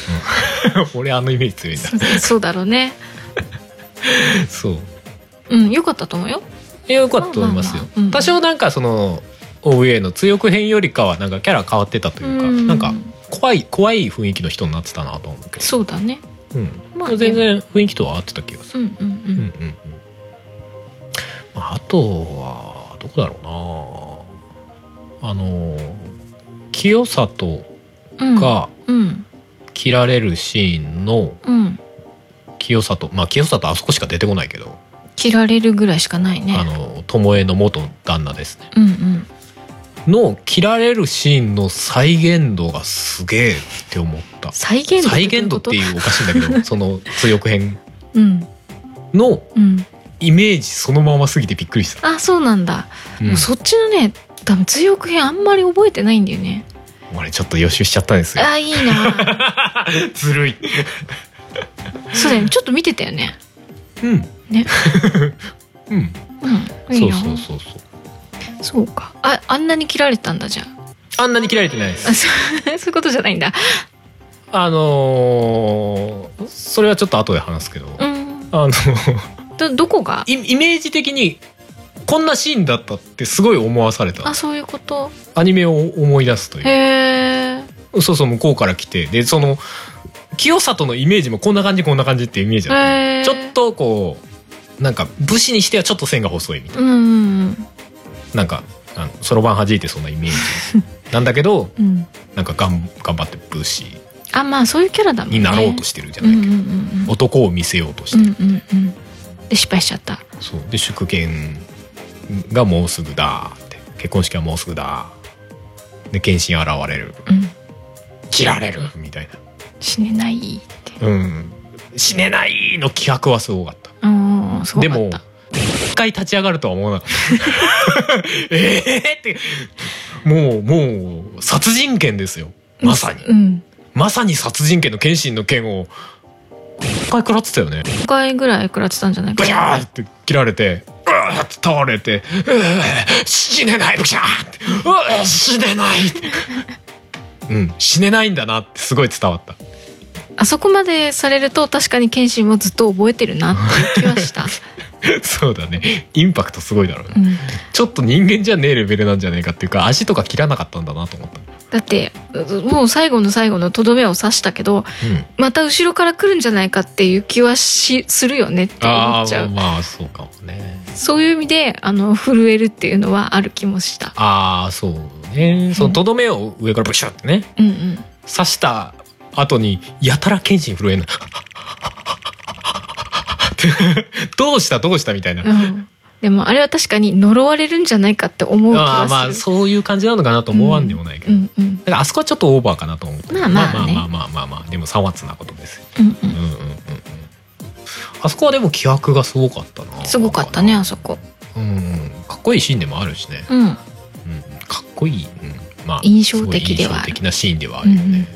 [SPEAKER 2] 俺あのイメージ強いんだ
[SPEAKER 3] そう (laughs) そうだろうね
[SPEAKER 2] そう
[SPEAKER 3] うんよかったと思うよ
[SPEAKER 2] いやよかったと思いますよ、
[SPEAKER 3] まあまあまあうん
[SPEAKER 2] 多少なんかその OVA の強く編よりかはなんかキャラ変わってたというか、
[SPEAKER 3] うん
[SPEAKER 2] なんか怖い怖い雰囲気の人になってたなと思うけど
[SPEAKER 3] そうだね
[SPEAKER 2] う、ん
[SPEAKER 3] まあ
[SPEAKER 2] 全然雰囲気とは合ってた気がする
[SPEAKER 3] うんう
[SPEAKER 2] う
[SPEAKER 3] んうん、
[SPEAKER 2] んうんうんまああとはどこだろうなあの清里
[SPEAKER 3] うん、
[SPEAKER 2] が
[SPEAKER 3] うん
[SPEAKER 2] 切られるシーンの
[SPEAKER 3] うん
[SPEAKER 2] 清里まあ清里あそこしか出てこないけど、
[SPEAKER 3] 切られるぐらいしかないね
[SPEAKER 2] あの巴の元旦那ですね
[SPEAKER 3] うんうん
[SPEAKER 2] の切られるシーンの再現度がすげえって思った
[SPEAKER 3] 再現度
[SPEAKER 2] 再現度って
[SPEAKER 3] う
[SPEAKER 2] いうおかしいんだけど (laughs) その強く編
[SPEAKER 3] ことうん
[SPEAKER 2] の
[SPEAKER 3] うん
[SPEAKER 2] イメージそのまますぎてびっくりした、
[SPEAKER 3] あそうなんだ、
[SPEAKER 2] うん
[SPEAKER 3] もうそっちのね多分追憶編あんまり覚えてないんだよね
[SPEAKER 2] (laughs) 俺ちょっと予習しちゃったんですよ
[SPEAKER 3] あいいな
[SPEAKER 2] ずるい
[SPEAKER 3] そうだよねちょっと見てたよね
[SPEAKER 2] うん
[SPEAKER 3] ね
[SPEAKER 2] (laughs) うん
[SPEAKER 3] うんい
[SPEAKER 2] そ
[SPEAKER 3] いうよ
[SPEAKER 2] そうそうそう
[SPEAKER 3] そうかああんなに切られたんだじゃあ
[SPEAKER 2] あんなに切られてないです
[SPEAKER 3] あそう (laughs) そういうことじゃないんだ
[SPEAKER 2] あのーそれはちょっと後で話すけど、
[SPEAKER 3] う
[SPEAKER 2] あ
[SPEAKER 3] ん
[SPEAKER 2] の
[SPEAKER 3] どどこが
[SPEAKER 2] イイメージ的にこんなシーンだったってすごい思わされた
[SPEAKER 3] あそういうこと
[SPEAKER 2] アニメを思い出すとい
[SPEAKER 3] へえ
[SPEAKER 2] うそうそう向こうから来てでその清里のイメージもこんな感じこんな感じっていうイメージだったの
[SPEAKER 3] へー
[SPEAKER 2] ちょっとこうなんか武士にしてはちょっと線が細いみたい
[SPEAKER 3] うんうん
[SPEAKER 2] ななんかあのそろばん弾いてそんなイメージ
[SPEAKER 3] (laughs)
[SPEAKER 2] なんだけど
[SPEAKER 3] うんうん
[SPEAKER 2] なんかがん頑張って武士
[SPEAKER 3] あまあそういうキャラだもんね
[SPEAKER 2] になろうとしてるじゃ
[SPEAKER 3] う
[SPEAKER 2] ない
[SPEAKER 3] んう
[SPEAKER 2] け
[SPEAKER 3] ん
[SPEAKER 2] ど、
[SPEAKER 3] うんうん
[SPEAKER 2] 男を見せようとして
[SPEAKER 3] う
[SPEAKER 2] る
[SPEAKER 3] んうんうんで失敗しちゃった
[SPEAKER 2] そうで祝言がもうすぐだって結婚式はもうすぐだで謙信現れる
[SPEAKER 3] うん
[SPEAKER 2] 切られるみたい
[SPEAKER 3] 死ねないって
[SPEAKER 2] なうん死ねないの気迫はすごかった
[SPEAKER 3] うんすご
[SPEAKER 2] で
[SPEAKER 3] か
[SPEAKER 2] も
[SPEAKER 3] った
[SPEAKER 2] 一回立ち上がるとは思わなかった
[SPEAKER 3] (laughs)
[SPEAKER 2] ええってもうもう殺人剣ですよまさに、
[SPEAKER 3] うん
[SPEAKER 2] まさに殺人剣の謙信の剣を一回食らってたよね
[SPEAKER 3] 5回ぐらい食らってたんじゃない
[SPEAKER 2] ブ
[SPEAKER 3] か
[SPEAKER 2] シャーって切られて、うーって倒れて、うー死ねないブシャーって、うー死ねないうん、死ねないんだなってすごい伝わった。 (laughs)
[SPEAKER 3] あそこまでされると確かに謙信もずっと覚えてるなっていう気はした、
[SPEAKER 2] そうだね。インパクトすごい (laughs) だろうね。
[SPEAKER 3] うん、
[SPEAKER 2] ちょっと人間じゃねえレベルなんじゃねえかっていうか、足とか切らなかったんだなと思った。
[SPEAKER 3] だってうもう最後の最後のとどめを刺したけど
[SPEAKER 2] うん。
[SPEAKER 3] また後ろから来るんじゃないかっていう気はしするよねって思
[SPEAKER 2] あ
[SPEAKER 3] っち
[SPEAKER 2] あ、
[SPEAKER 3] ゃう
[SPEAKER 2] まあそうかもね。
[SPEAKER 3] そういう意味であの震えるっていうのはある気もした
[SPEAKER 2] ああ、そうね。そのとどめを上からブシャーってね、
[SPEAKER 3] うんうん
[SPEAKER 2] 刺した後にやたら剣心震えない。どうしたどうしたみたいな。
[SPEAKER 3] うんでもあれは確かに呪われるんじゃないかって思う気
[SPEAKER 2] あ
[SPEAKER 3] が
[SPEAKER 2] あ
[SPEAKER 3] する
[SPEAKER 2] まあそういう感じなのかなと思わんでもないけど、
[SPEAKER 3] うんうん
[SPEAKER 2] だからあそこはちょっとオーバーかなと思うけど
[SPEAKER 3] まあまあね
[SPEAKER 2] まあまあまあまあまあでもさわつなことですよ
[SPEAKER 3] うんう
[SPEAKER 2] うんんうんうんうんあそこはでも気迫がすごかったな
[SPEAKER 3] すごかったねあそこ
[SPEAKER 2] うんうんかっこいいシーンでもあるしね、
[SPEAKER 3] うん
[SPEAKER 2] うん、かっこいい、うん、まあ
[SPEAKER 3] 印象的ではあ
[SPEAKER 2] すごい印象
[SPEAKER 3] る
[SPEAKER 2] 的なシーンではあるよね、
[SPEAKER 3] うんうん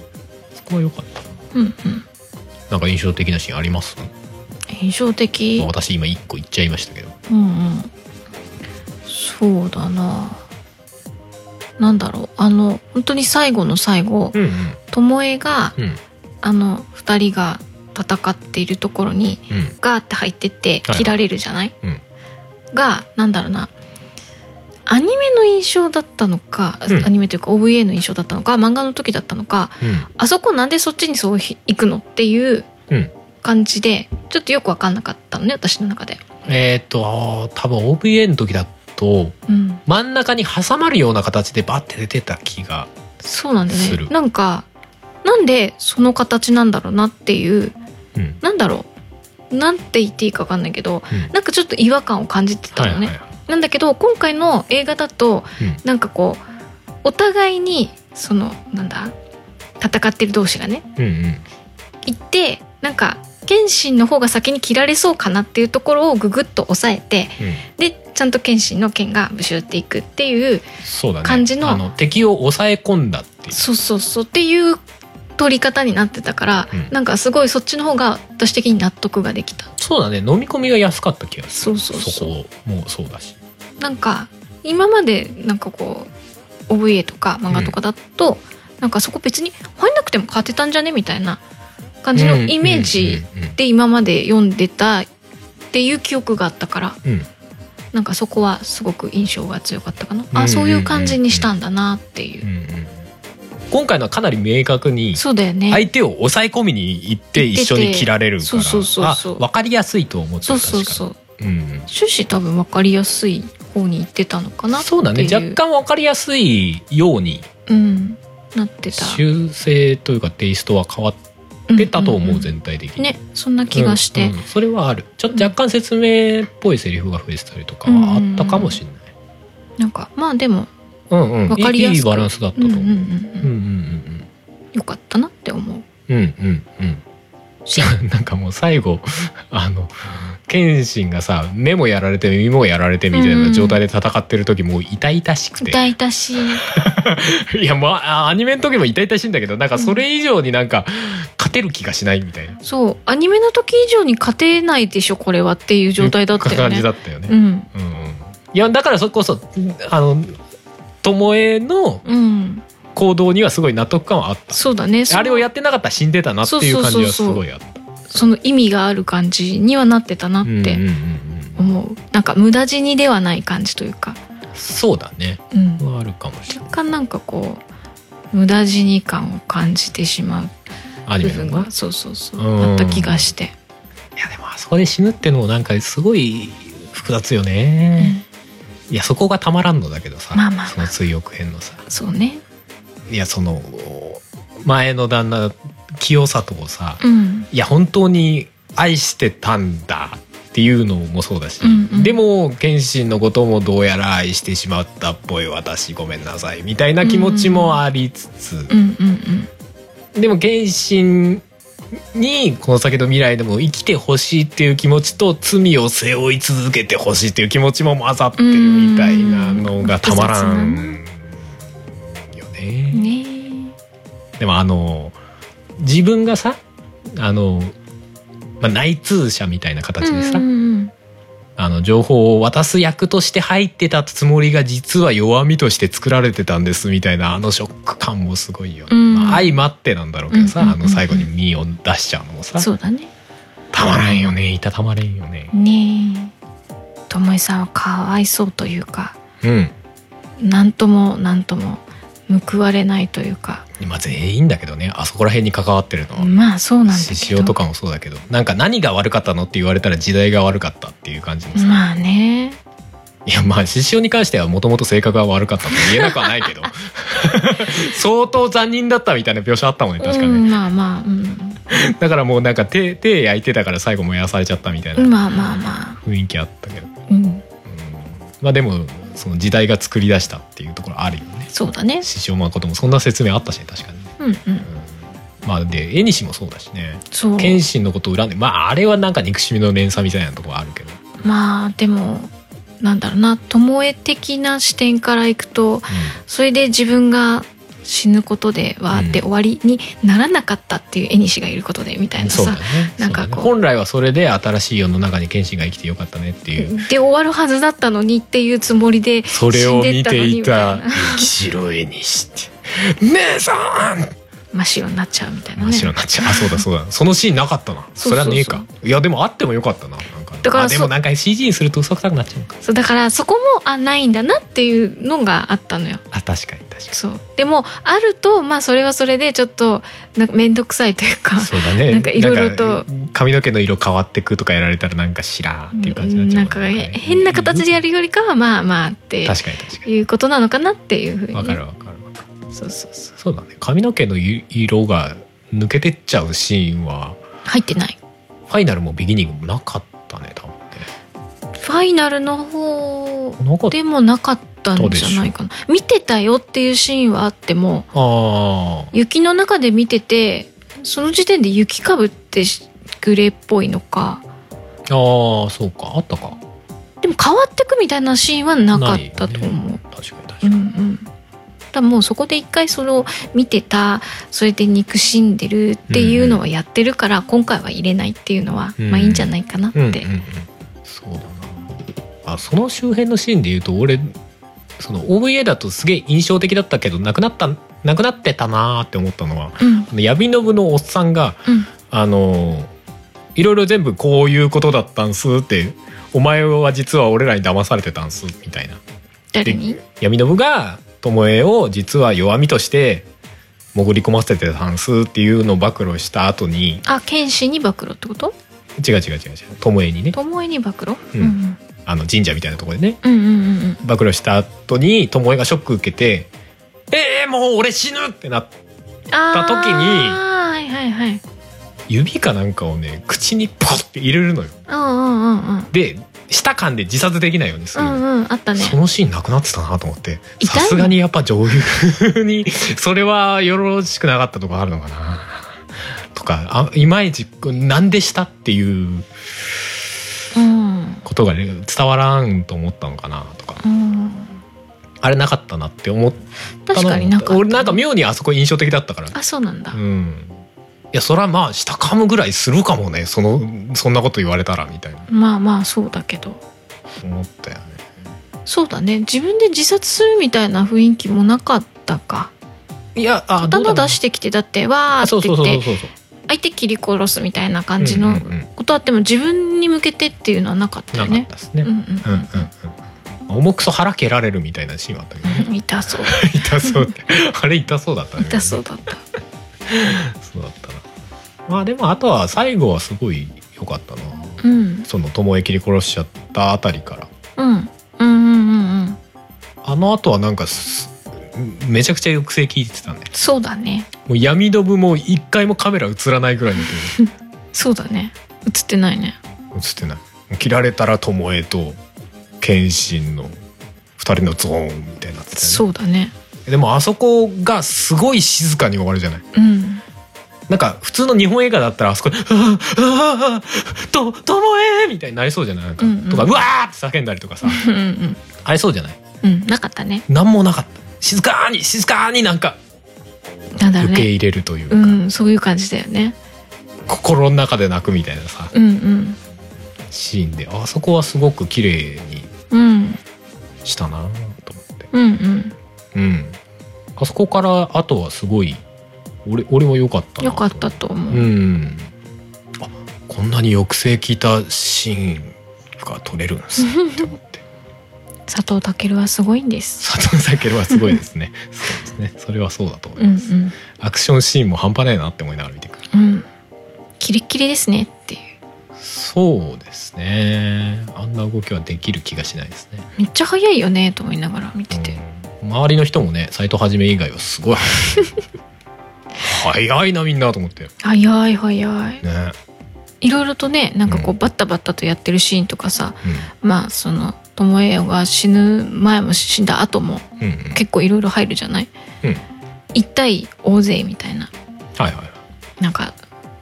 [SPEAKER 2] そこは良かったな
[SPEAKER 3] うんうん
[SPEAKER 2] なんか印象的なシーンあります、
[SPEAKER 3] 印象的
[SPEAKER 2] まあ私今一個言っちゃいましたけど
[SPEAKER 3] うんうんそうだななんだろうあの本当に最後の最後
[SPEAKER 2] うんうん
[SPEAKER 3] 巴が
[SPEAKER 2] うん
[SPEAKER 3] あの2人が戦っているところに
[SPEAKER 2] うん
[SPEAKER 3] ガーって入ってって
[SPEAKER 2] はい
[SPEAKER 3] 切られるじゃない、
[SPEAKER 2] うん
[SPEAKER 3] がなんだろうなアニメの印象だったのか、
[SPEAKER 2] うん
[SPEAKER 3] アニメというか OVA の印象だったのか漫画の時だったのか
[SPEAKER 2] うん
[SPEAKER 3] あそこなんでそっちにそうひ行くのっていう
[SPEAKER 2] うん
[SPEAKER 3] 感じでちょっとよく分かんなかったのね私の中で。
[SPEAKER 2] えーっとあー多分 OVA の時だと
[SPEAKER 3] うん
[SPEAKER 2] 真ん中に挟まるような形でバッて出てた気が
[SPEAKER 3] そうなんだよ
[SPEAKER 2] す
[SPEAKER 3] ね
[SPEAKER 2] る
[SPEAKER 3] なんかなんでその形なんだろうなっていう
[SPEAKER 2] うん
[SPEAKER 3] なんだろうなんて言っていいか分かんないけど
[SPEAKER 2] うん
[SPEAKER 3] なんかちょっと違和感を感じてた
[SPEAKER 2] はい
[SPEAKER 3] の
[SPEAKER 2] はい
[SPEAKER 3] ね、
[SPEAKER 2] はい
[SPEAKER 3] なんだけど今回の映画だと、
[SPEAKER 2] うん
[SPEAKER 3] なんかこうお互いにそのなんだ戦ってる同士がね
[SPEAKER 2] うんうん
[SPEAKER 3] 行ってなんか謙信の方が先に切られそうかなっていうところをググッと抑えて
[SPEAKER 2] うん
[SPEAKER 3] でちゃんと謙信の剣がブシュっていくっていう
[SPEAKER 2] そうだね
[SPEAKER 3] 感じの
[SPEAKER 2] あの敵を抑え込んだっていう
[SPEAKER 3] そうそうそうっていう取り方になってたから、
[SPEAKER 2] うん
[SPEAKER 3] なんかすごいそっちの方が私的に納得ができた
[SPEAKER 2] そうだね飲み込みが安かった気がする
[SPEAKER 3] そうそうそう
[SPEAKER 2] こもそうだし
[SPEAKER 3] なんか今までなんかこう OVA とか漫画とかだと、なんかそこ別に入んなくても勝てたんじゃねみたいな感じのイメージ
[SPEAKER 2] うんうんうん
[SPEAKER 3] で今まで読んでたっていう記憶があったから
[SPEAKER 2] うん
[SPEAKER 3] なんかそこはすごく印象が強かったかな、
[SPEAKER 2] うんうんうん
[SPEAKER 3] あそういう感じにしたんだなっていう、
[SPEAKER 2] うんうん今回のはかなり明確に
[SPEAKER 3] そうだよね、
[SPEAKER 2] 相手を抑え込みに行って一緒に切られるから
[SPEAKER 3] 行っててそうそうそうそう
[SPEAKER 2] あ分かりやすいと思って
[SPEAKER 3] そ
[SPEAKER 2] た
[SPEAKER 3] うそうそうう
[SPEAKER 2] 確かにうんうん
[SPEAKER 3] 趣旨多分分かりやすい方に行ってたのかなっていう
[SPEAKER 2] そうだね若干分かりやすいように
[SPEAKER 3] うんなってた
[SPEAKER 2] 修正というかテイストは変わってたと思う,、
[SPEAKER 3] んんん
[SPEAKER 2] 全体的に
[SPEAKER 3] ねそんな気がして、
[SPEAKER 2] うんうんそれはあるちょっと若干説明っぽいセリフが増えてたりとかはあったかもしれない、
[SPEAKER 3] なんかまあでも
[SPEAKER 2] うんうん
[SPEAKER 3] わかりやすく
[SPEAKER 2] いいバランスだった
[SPEAKER 3] う
[SPEAKER 2] と
[SPEAKER 3] んう
[SPEAKER 2] 思
[SPEAKER 3] ん
[SPEAKER 2] う、
[SPEAKER 3] う
[SPEAKER 2] うんん、うんう
[SPEAKER 3] うんんよかったなって思う
[SPEAKER 2] (laughs) うんうんうんうん
[SPEAKER 3] し
[SPEAKER 2] なんかもう最後あの謙信がさ目もやられて耳もやられてみたいな状態で戦ってる時もう痛々しくて、
[SPEAKER 3] 痛々しい。
[SPEAKER 2] いやまあアニメの時も痛々しいんだけどなんかそれ以上になんか勝てる気がしないみたいな
[SPEAKER 3] そう、アニメの時以上に勝てないでしょ、これはっていう状態だったよ
[SPEAKER 2] 感じだ
[SPEAKER 3] ね。
[SPEAKER 2] ったよね。
[SPEAKER 3] うん。
[SPEAKER 2] うんうんいやだからそれこそあの巴の
[SPEAKER 3] うん。
[SPEAKER 2] 行動にはすごい納得感はあった
[SPEAKER 3] そうだね。その
[SPEAKER 2] あれをやってなかったら死んでたなっていう感じはすごいあった
[SPEAKER 3] その意味がある感じにはなってたなっ
[SPEAKER 2] うん
[SPEAKER 3] て
[SPEAKER 2] うんうん
[SPEAKER 3] 思う。なんか無駄死にではない感じというか。
[SPEAKER 2] うんそうだね
[SPEAKER 3] うん。
[SPEAKER 2] はあるかもしれない
[SPEAKER 3] 若干なんかこう無駄死に感を感じてしま
[SPEAKER 2] ア
[SPEAKER 3] う
[SPEAKER 2] ニ
[SPEAKER 3] 部
[SPEAKER 2] メの
[SPEAKER 3] 分
[SPEAKER 2] 方が
[SPEAKER 3] がそうそうそう
[SPEAKER 2] うん
[SPEAKER 3] あった気がして、
[SPEAKER 2] いやでもあそこで死ぬってのもなんかすごい複雑よね、いやそこがたまらんのだけどさ、
[SPEAKER 3] まあまあまあ
[SPEAKER 2] その追憶編のさ
[SPEAKER 3] そうね
[SPEAKER 2] いやその前の旦那清里をさ、
[SPEAKER 3] うん
[SPEAKER 2] いや本当に愛してたんだっていうのもそうだし、
[SPEAKER 3] うんうん
[SPEAKER 2] でも謙信のこともどうやら愛してしまったっぽい私ごめんなさいみたいな気持ちもありつつ、
[SPEAKER 3] うんうんうん
[SPEAKER 2] でも謙信にこの先の未来でも生きてほしいっていう気持ちと罪を背負い続けてほしいっていう気持ちも混ざってるみたいなのがたまらんよね。
[SPEAKER 3] ね
[SPEAKER 2] でもあの自分がさあの、まあ、内通者みたいな形でさ、
[SPEAKER 3] うんうん
[SPEAKER 2] あの情報を渡す役として入ってたつもりが実は弱みとして作られてたんですみたいなあのショック感もすごいよね、
[SPEAKER 3] うん
[SPEAKER 2] まあ相まってなんだろうけどさ、
[SPEAKER 3] うんうんうん
[SPEAKER 2] あの最後に身を出しちゃうのも
[SPEAKER 3] う
[SPEAKER 2] さ
[SPEAKER 3] んそうだね
[SPEAKER 2] たまらんよねいたたまれんよね
[SPEAKER 3] ねえ巴さんはかわいそうというか
[SPEAKER 2] うん
[SPEAKER 3] なんともなんとも報われないというか
[SPEAKER 2] 今全員だけどねあそこら辺に関わってるのは。
[SPEAKER 3] まあそうなんだ
[SPEAKER 2] 獅
[SPEAKER 3] け
[SPEAKER 2] 子王
[SPEAKER 3] ど
[SPEAKER 2] とかもそうだけどなんか何が悪かったのって言われたら時代が悪かったっていう感じのさ、
[SPEAKER 3] まあね
[SPEAKER 2] いやまあ獅子王に関してはもともと性格が悪かったと言えなくはないけど
[SPEAKER 3] (laughs)
[SPEAKER 2] 相当残忍だったみたいな描写あったもんね確か
[SPEAKER 3] う
[SPEAKER 2] ね、
[SPEAKER 3] ん、まあまあ、うん
[SPEAKER 2] だからもうなんか手手焼いてたから最後燃やされちゃったみたいな
[SPEAKER 3] まあまあまあ
[SPEAKER 2] 雰囲気あったけど、
[SPEAKER 3] うん
[SPEAKER 2] まあでもその時代が作り出したっていうところあるよね
[SPEAKER 3] そうだね
[SPEAKER 2] 獅子王誠もそんな説明あったしね確かにね、
[SPEAKER 3] うんうん
[SPEAKER 2] うんまあで縁もそうだしね
[SPEAKER 3] そう
[SPEAKER 2] 謙信のことを恨んでまああれはなんか憎しみの連鎖みたいなところあるけど、うん
[SPEAKER 3] まあでもなんだろうな巴的な視点からいくとそれで自分が死ぬことではあって
[SPEAKER 2] う
[SPEAKER 3] 終わりにならなかったっていう絵がいることでみたいな
[SPEAKER 2] そうだ
[SPEAKER 3] さ
[SPEAKER 2] ね
[SPEAKER 3] なんかこ
[SPEAKER 2] そうだね
[SPEAKER 3] う
[SPEAKER 2] 本来はそれで新しい世の中に謙信が生きてよかったねって
[SPEAKER 3] (laughs)
[SPEAKER 2] いう、
[SPEAKER 3] で終わるはずだったのにっていうつもりで
[SPEAKER 2] それを見ていた
[SPEAKER 3] (laughs) 死んでったのにみたいな
[SPEAKER 2] 岸白絵にして「姉さん!」
[SPEAKER 3] 真っ白になっちゃうみたいな
[SPEAKER 2] 真っ
[SPEAKER 3] ね
[SPEAKER 2] 白になっちゃうあそうだそうだそのシーンなかったな
[SPEAKER 3] そ
[SPEAKER 2] そう
[SPEAKER 3] そうそう
[SPEAKER 2] れはねえかいやでもあってもよかったななんか
[SPEAKER 3] だから
[SPEAKER 2] あで
[SPEAKER 3] そ
[SPEAKER 2] もなんか CG にすると嘘くさくなっちゃうのか
[SPEAKER 3] そうだからそこもあないんだなっていうのがあったのよ
[SPEAKER 2] あ確かに確か
[SPEAKER 3] そうでもあるとまあそれはそれでちょっとなんか面倒くさいというか
[SPEAKER 2] にそうだね
[SPEAKER 3] なんかいろいろと
[SPEAKER 2] なんか髪の毛の色変わってくとかやられたらなんかしらーっていう感じになっちゃう
[SPEAKER 3] なんかへ変な形でやるよりかはまあまあって
[SPEAKER 2] 確かに確か
[SPEAKER 3] いうことなのかなっていうふう
[SPEAKER 2] に
[SPEAKER 3] にね
[SPEAKER 2] わかるわかるわかる
[SPEAKER 3] そうそうそう
[SPEAKER 2] そうだね髪の毛の色が抜けてっちゃうシーンは
[SPEAKER 3] 入ってない
[SPEAKER 2] ファイナルもビギニングもなかったね多分ね
[SPEAKER 3] ファイナルの方
[SPEAKER 2] なかった
[SPEAKER 3] でもなかったんじゃないかな見てたよっていうシーンはあっても
[SPEAKER 2] ああ
[SPEAKER 3] 雪の中で見ててその時点で雪かぶってしグレーっぽいのか
[SPEAKER 2] ああそうかあったか
[SPEAKER 3] でも変わってくみたいなシーンはなかったと
[SPEAKER 2] ない
[SPEAKER 3] 思う、
[SPEAKER 2] ね確かに確か
[SPEAKER 3] う
[SPEAKER 2] に
[SPEAKER 3] んうんだからもうそこで一回それを見てたそれで憎しんでるっていうのはやってるから、今回は入れないっていうのは、
[SPEAKER 2] うん
[SPEAKER 3] まあいいんじゃないかなって、
[SPEAKER 2] うんうんうん、そうだなあその周辺のシーンで言うと俺その OVA だとすげえ印象的だったけどなくなったなくなってたなーって思ったのは
[SPEAKER 3] うん
[SPEAKER 2] あの闇の部のおっさんが
[SPEAKER 3] うん
[SPEAKER 2] あのーいろいろ全部こういうことだったんすってお前は実は俺らに騙されてたんすみたいな
[SPEAKER 3] 誰に
[SPEAKER 2] 闇の部が巴を実は弱みとして潜り込ませてたんすっていうのを暴露した後に
[SPEAKER 3] あ剣士に暴露ってこと
[SPEAKER 2] 違う違う違う違う巴にね
[SPEAKER 3] 巴に暴露、
[SPEAKER 2] うん
[SPEAKER 3] うん
[SPEAKER 2] あの神社みたいなところでね
[SPEAKER 3] うん、うんうんうん
[SPEAKER 2] 暴露した後に巴がショック受けて「えー、もう俺死ぬ!」ってな
[SPEAKER 3] あー
[SPEAKER 2] 時に
[SPEAKER 3] はいはいはい
[SPEAKER 2] 指かなんかをね口にポコって入れるのよ
[SPEAKER 3] うんうんうんうん
[SPEAKER 2] で舌間で自殺できないようにす
[SPEAKER 3] う
[SPEAKER 2] るの、
[SPEAKER 3] んうんあったね
[SPEAKER 2] そのシーンなくなってたなと思って
[SPEAKER 3] 痛
[SPEAKER 2] さ
[SPEAKER 3] い
[SPEAKER 2] すがにやっぱ女優にそれはよろしくなかったとこあるのかなとかあいまいちなんでしたっていう
[SPEAKER 3] うん
[SPEAKER 2] ことがね伝わらんと思ったのかなとか
[SPEAKER 3] うん
[SPEAKER 2] あれなかったなって思った
[SPEAKER 3] 確かになかった
[SPEAKER 2] 俺なんか妙にあそこ印象的だったから
[SPEAKER 3] あそうなんだ、
[SPEAKER 2] うんいやそりゃまあ下噛むぐらいするかもねそのそんなこと言われたらみたいな
[SPEAKER 3] まあまあそうだけど
[SPEAKER 2] 思ったよね
[SPEAKER 3] そうだね自分で自殺するみたいな雰囲気もなかったか
[SPEAKER 2] いやあどうだろ
[SPEAKER 3] 刀
[SPEAKER 2] うな
[SPEAKER 3] 出してきてだってわ
[SPEAKER 2] あ
[SPEAKER 3] ー
[SPEAKER 2] そう
[SPEAKER 3] って
[SPEAKER 2] そ
[SPEAKER 3] 言
[SPEAKER 2] う
[SPEAKER 3] っ
[SPEAKER 2] そうそうそ
[SPEAKER 3] て
[SPEAKER 2] う
[SPEAKER 3] 相手切り殺すみたいな感じ
[SPEAKER 2] う
[SPEAKER 3] の
[SPEAKER 2] んうんうん
[SPEAKER 3] ことあっても自分に向けてっていうのはなかったよ
[SPEAKER 2] なかっ
[SPEAKER 3] ね。
[SPEAKER 2] たですね、
[SPEAKER 3] う
[SPEAKER 2] うん
[SPEAKER 3] うん
[SPEAKER 2] ん
[SPEAKER 3] うん
[SPEAKER 2] うんうん重くそ腹蹴られるみたいなシーンはあったけど、ね、
[SPEAKER 3] 痛そう
[SPEAKER 2] 痛そうって (laughs) あれ痛そうだったね
[SPEAKER 3] 痛そうだった。
[SPEAKER 2] そうだったなまあでもあとは最後はすごい良かったな
[SPEAKER 3] うん
[SPEAKER 2] その巴切り殺しちゃったあたりから
[SPEAKER 3] うんうんうんうんうん
[SPEAKER 2] あの後はなんかすめちゃくちゃ抑制効いてたね
[SPEAKER 3] そうだね
[SPEAKER 2] もう闇ドブも一回もカメラ映らないぐらいの距
[SPEAKER 3] そうだね映ってないね。
[SPEAKER 2] 離映ってない切られたら巴と謙信の二人のゾーンみたいになってたよね
[SPEAKER 3] そうだね。
[SPEAKER 2] でもあそこがすごい静かに終わるじゃない
[SPEAKER 3] うん
[SPEAKER 2] なんか普通の日本映画だったらあそこで「ああああとともえ!」みたいになりそうじゃないなんか、
[SPEAKER 3] うんうん
[SPEAKER 2] とか「うわー!」って叫んだりとかさ
[SPEAKER 3] うんうん
[SPEAKER 2] ありそうじゃない
[SPEAKER 3] うんうんなかったね。
[SPEAKER 2] 何もなかった静かに静かになんか
[SPEAKER 3] なんだろう
[SPEAKER 2] 受け
[SPEAKER 3] ね。
[SPEAKER 2] 入れるというか、
[SPEAKER 3] うんそういう感じだよね。
[SPEAKER 2] 心の中で泣くみたいなさ
[SPEAKER 3] うん
[SPEAKER 2] シーンであそこはすごく綺麗に
[SPEAKER 3] うんうん
[SPEAKER 2] したなと思って
[SPEAKER 3] うんうん
[SPEAKER 2] うんあそこからあとはすごい俺俺も良かったな
[SPEAKER 3] よ
[SPEAKER 2] と
[SPEAKER 3] か
[SPEAKER 2] 思
[SPEAKER 3] ったと思う。
[SPEAKER 2] うんあこんなに抑制効いたシーンが撮れるん
[SPEAKER 3] (laughs)
[SPEAKER 2] ですねって思って
[SPEAKER 3] 佐藤健はすごいんです。
[SPEAKER 2] 佐藤健はすごいです
[SPEAKER 3] (laughs)
[SPEAKER 2] ねそうですねそれはそうだと思
[SPEAKER 3] う
[SPEAKER 2] い
[SPEAKER 3] んう
[SPEAKER 2] ます、
[SPEAKER 3] ん
[SPEAKER 2] アクションシーンも半端ないなって思いながら見てくる
[SPEAKER 3] うんキレッキレですねっていう。
[SPEAKER 2] そうですねあんな動きはできる気がしないですね
[SPEAKER 3] めっちゃ早いよねと思いながら見てて、
[SPEAKER 2] うん周りの人もね斎藤はじめ以外はすご
[SPEAKER 3] (laughs)
[SPEAKER 2] い早いなみんなと思って
[SPEAKER 3] 早い早い
[SPEAKER 2] ね、
[SPEAKER 3] いろいろとねなんかこう、
[SPEAKER 2] うん
[SPEAKER 3] バッタバッタとやってるシーンとかさ
[SPEAKER 2] う
[SPEAKER 3] まあその巴よが死ぬ前も死んだ後も
[SPEAKER 2] ん、うんうん
[SPEAKER 3] 結構いろいろ入るじゃない、
[SPEAKER 2] うん
[SPEAKER 3] 一対大勢みたいな
[SPEAKER 2] はいはい
[SPEAKER 3] なんか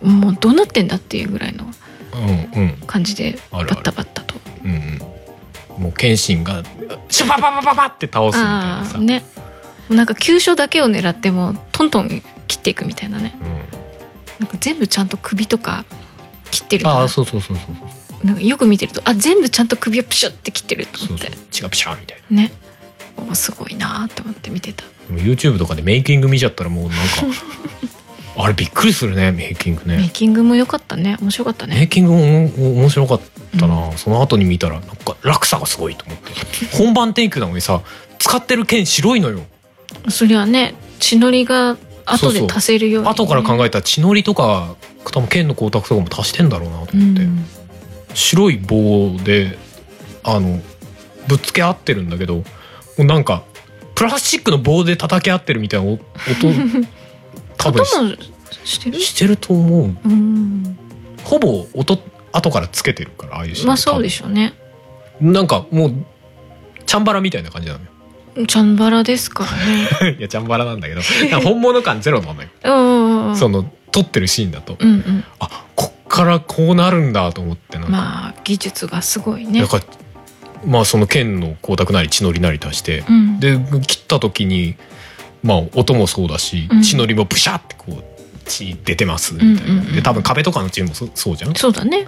[SPEAKER 3] もうどうなってんだっていうぐらいの
[SPEAKER 2] うんうん
[SPEAKER 3] 感じで
[SPEAKER 2] あ
[SPEAKER 3] バ
[SPEAKER 2] るある
[SPEAKER 3] ッタバッタと
[SPEAKER 2] うんうん、もう謙信がシュパパパパパって倒すみたいな
[SPEAKER 3] あ
[SPEAKER 2] さ、
[SPEAKER 3] あねもうなんか急所だけを狙ってもうトントン切っていくみたいなね
[SPEAKER 2] うん、
[SPEAKER 3] なんか全部ちゃんと首とか切ってるから
[SPEAKER 2] ああそうそうそうそう
[SPEAKER 3] なんかよく見てるとあ全部ちゃんと首をプシュって切ってると
[SPEAKER 2] そ
[SPEAKER 3] 思
[SPEAKER 2] う
[SPEAKER 3] って
[SPEAKER 2] そう血がピシャーみたいな
[SPEAKER 3] ねおすごいなーって思って見てた
[SPEAKER 2] でも YouTube とかでメイキング見ちゃったらもうなんかあれびっくりするねメイキング
[SPEAKER 3] メイ
[SPEAKER 2] ね
[SPEAKER 3] キングも良かったね面白かった
[SPEAKER 2] メイ
[SPEAKER 3] ね
[SPEAKER 2] キングもお面白かったな、その後に見たらなんか落差がすごいと思って本番テイクなのにさ使ってる剣白いのよ
[SPEAKER 3] そりゃね血のりが
[SPEAKER 2] そ
[SPEAKER 3] 後
[SPEAKER 2] うそ
[SPEAKER 3] で
[SPEAKER 2] う
[SPEAKER 3] 足せるように、ね、
[SPEAKER 2] 後から考えたら血のりとか多分剣の光沢とかも足してんだろうなと思って、
[SPEAKER 3] うん
[SPEAKER 2] 白い棒であのぶっつけ合ってるんだけどもうなんかプラスチックの棒で叩き合ってるみたいな
[SPEAKER 3] (laughs)
[SPEAKER 2] お音多分
[SPEAKER 3] 音もしてる
[SPEAKER 2] ししてると思う
[SPEAKER 3] うん
[SPEAKER 2] ほぼ音後からつけてるからああいうシーン
[SPEAKER 3] まあそうでしょうね
[SPEAKER 2] 多分なんかもうチャンバラみたいな感じなの (laughs) よ
[SPEAKER 3] チャンバラですから
[SPEAKER 2] (laughs)
[SPEAKER 3] ね
[SPEAKER 2] いやチャンバラなん
[SPEAKER 3] (laughs)
[SPEAKER 2] だけどなんか本物感ゼロなのよ
[SPEAKER 3] うんうん
[SPEAKER 2] その撮ってるシーンだと
[SPEAKER 3] うんうん
[SPEAKER 2] あこっからこうなるんだと思ってなんか
[SPEAKER 3] まあ技術がすごいね
[SPEAKER 2] なんかまあその剣の光沢なり血のりなり足して
[SPEAKER 3] うん
[SPEAKER 2] で切った時にまあ音もそうだし、
[SPEAKER 3] うん
[SPEAKER 2] 血のりもプシャってこう血出てますみたいな、
[SPEAKER 3] うんうんうん
[SPEAKER 2] で多分壁とかの血もそそうじゃん
[SPEAKER 3] そうだね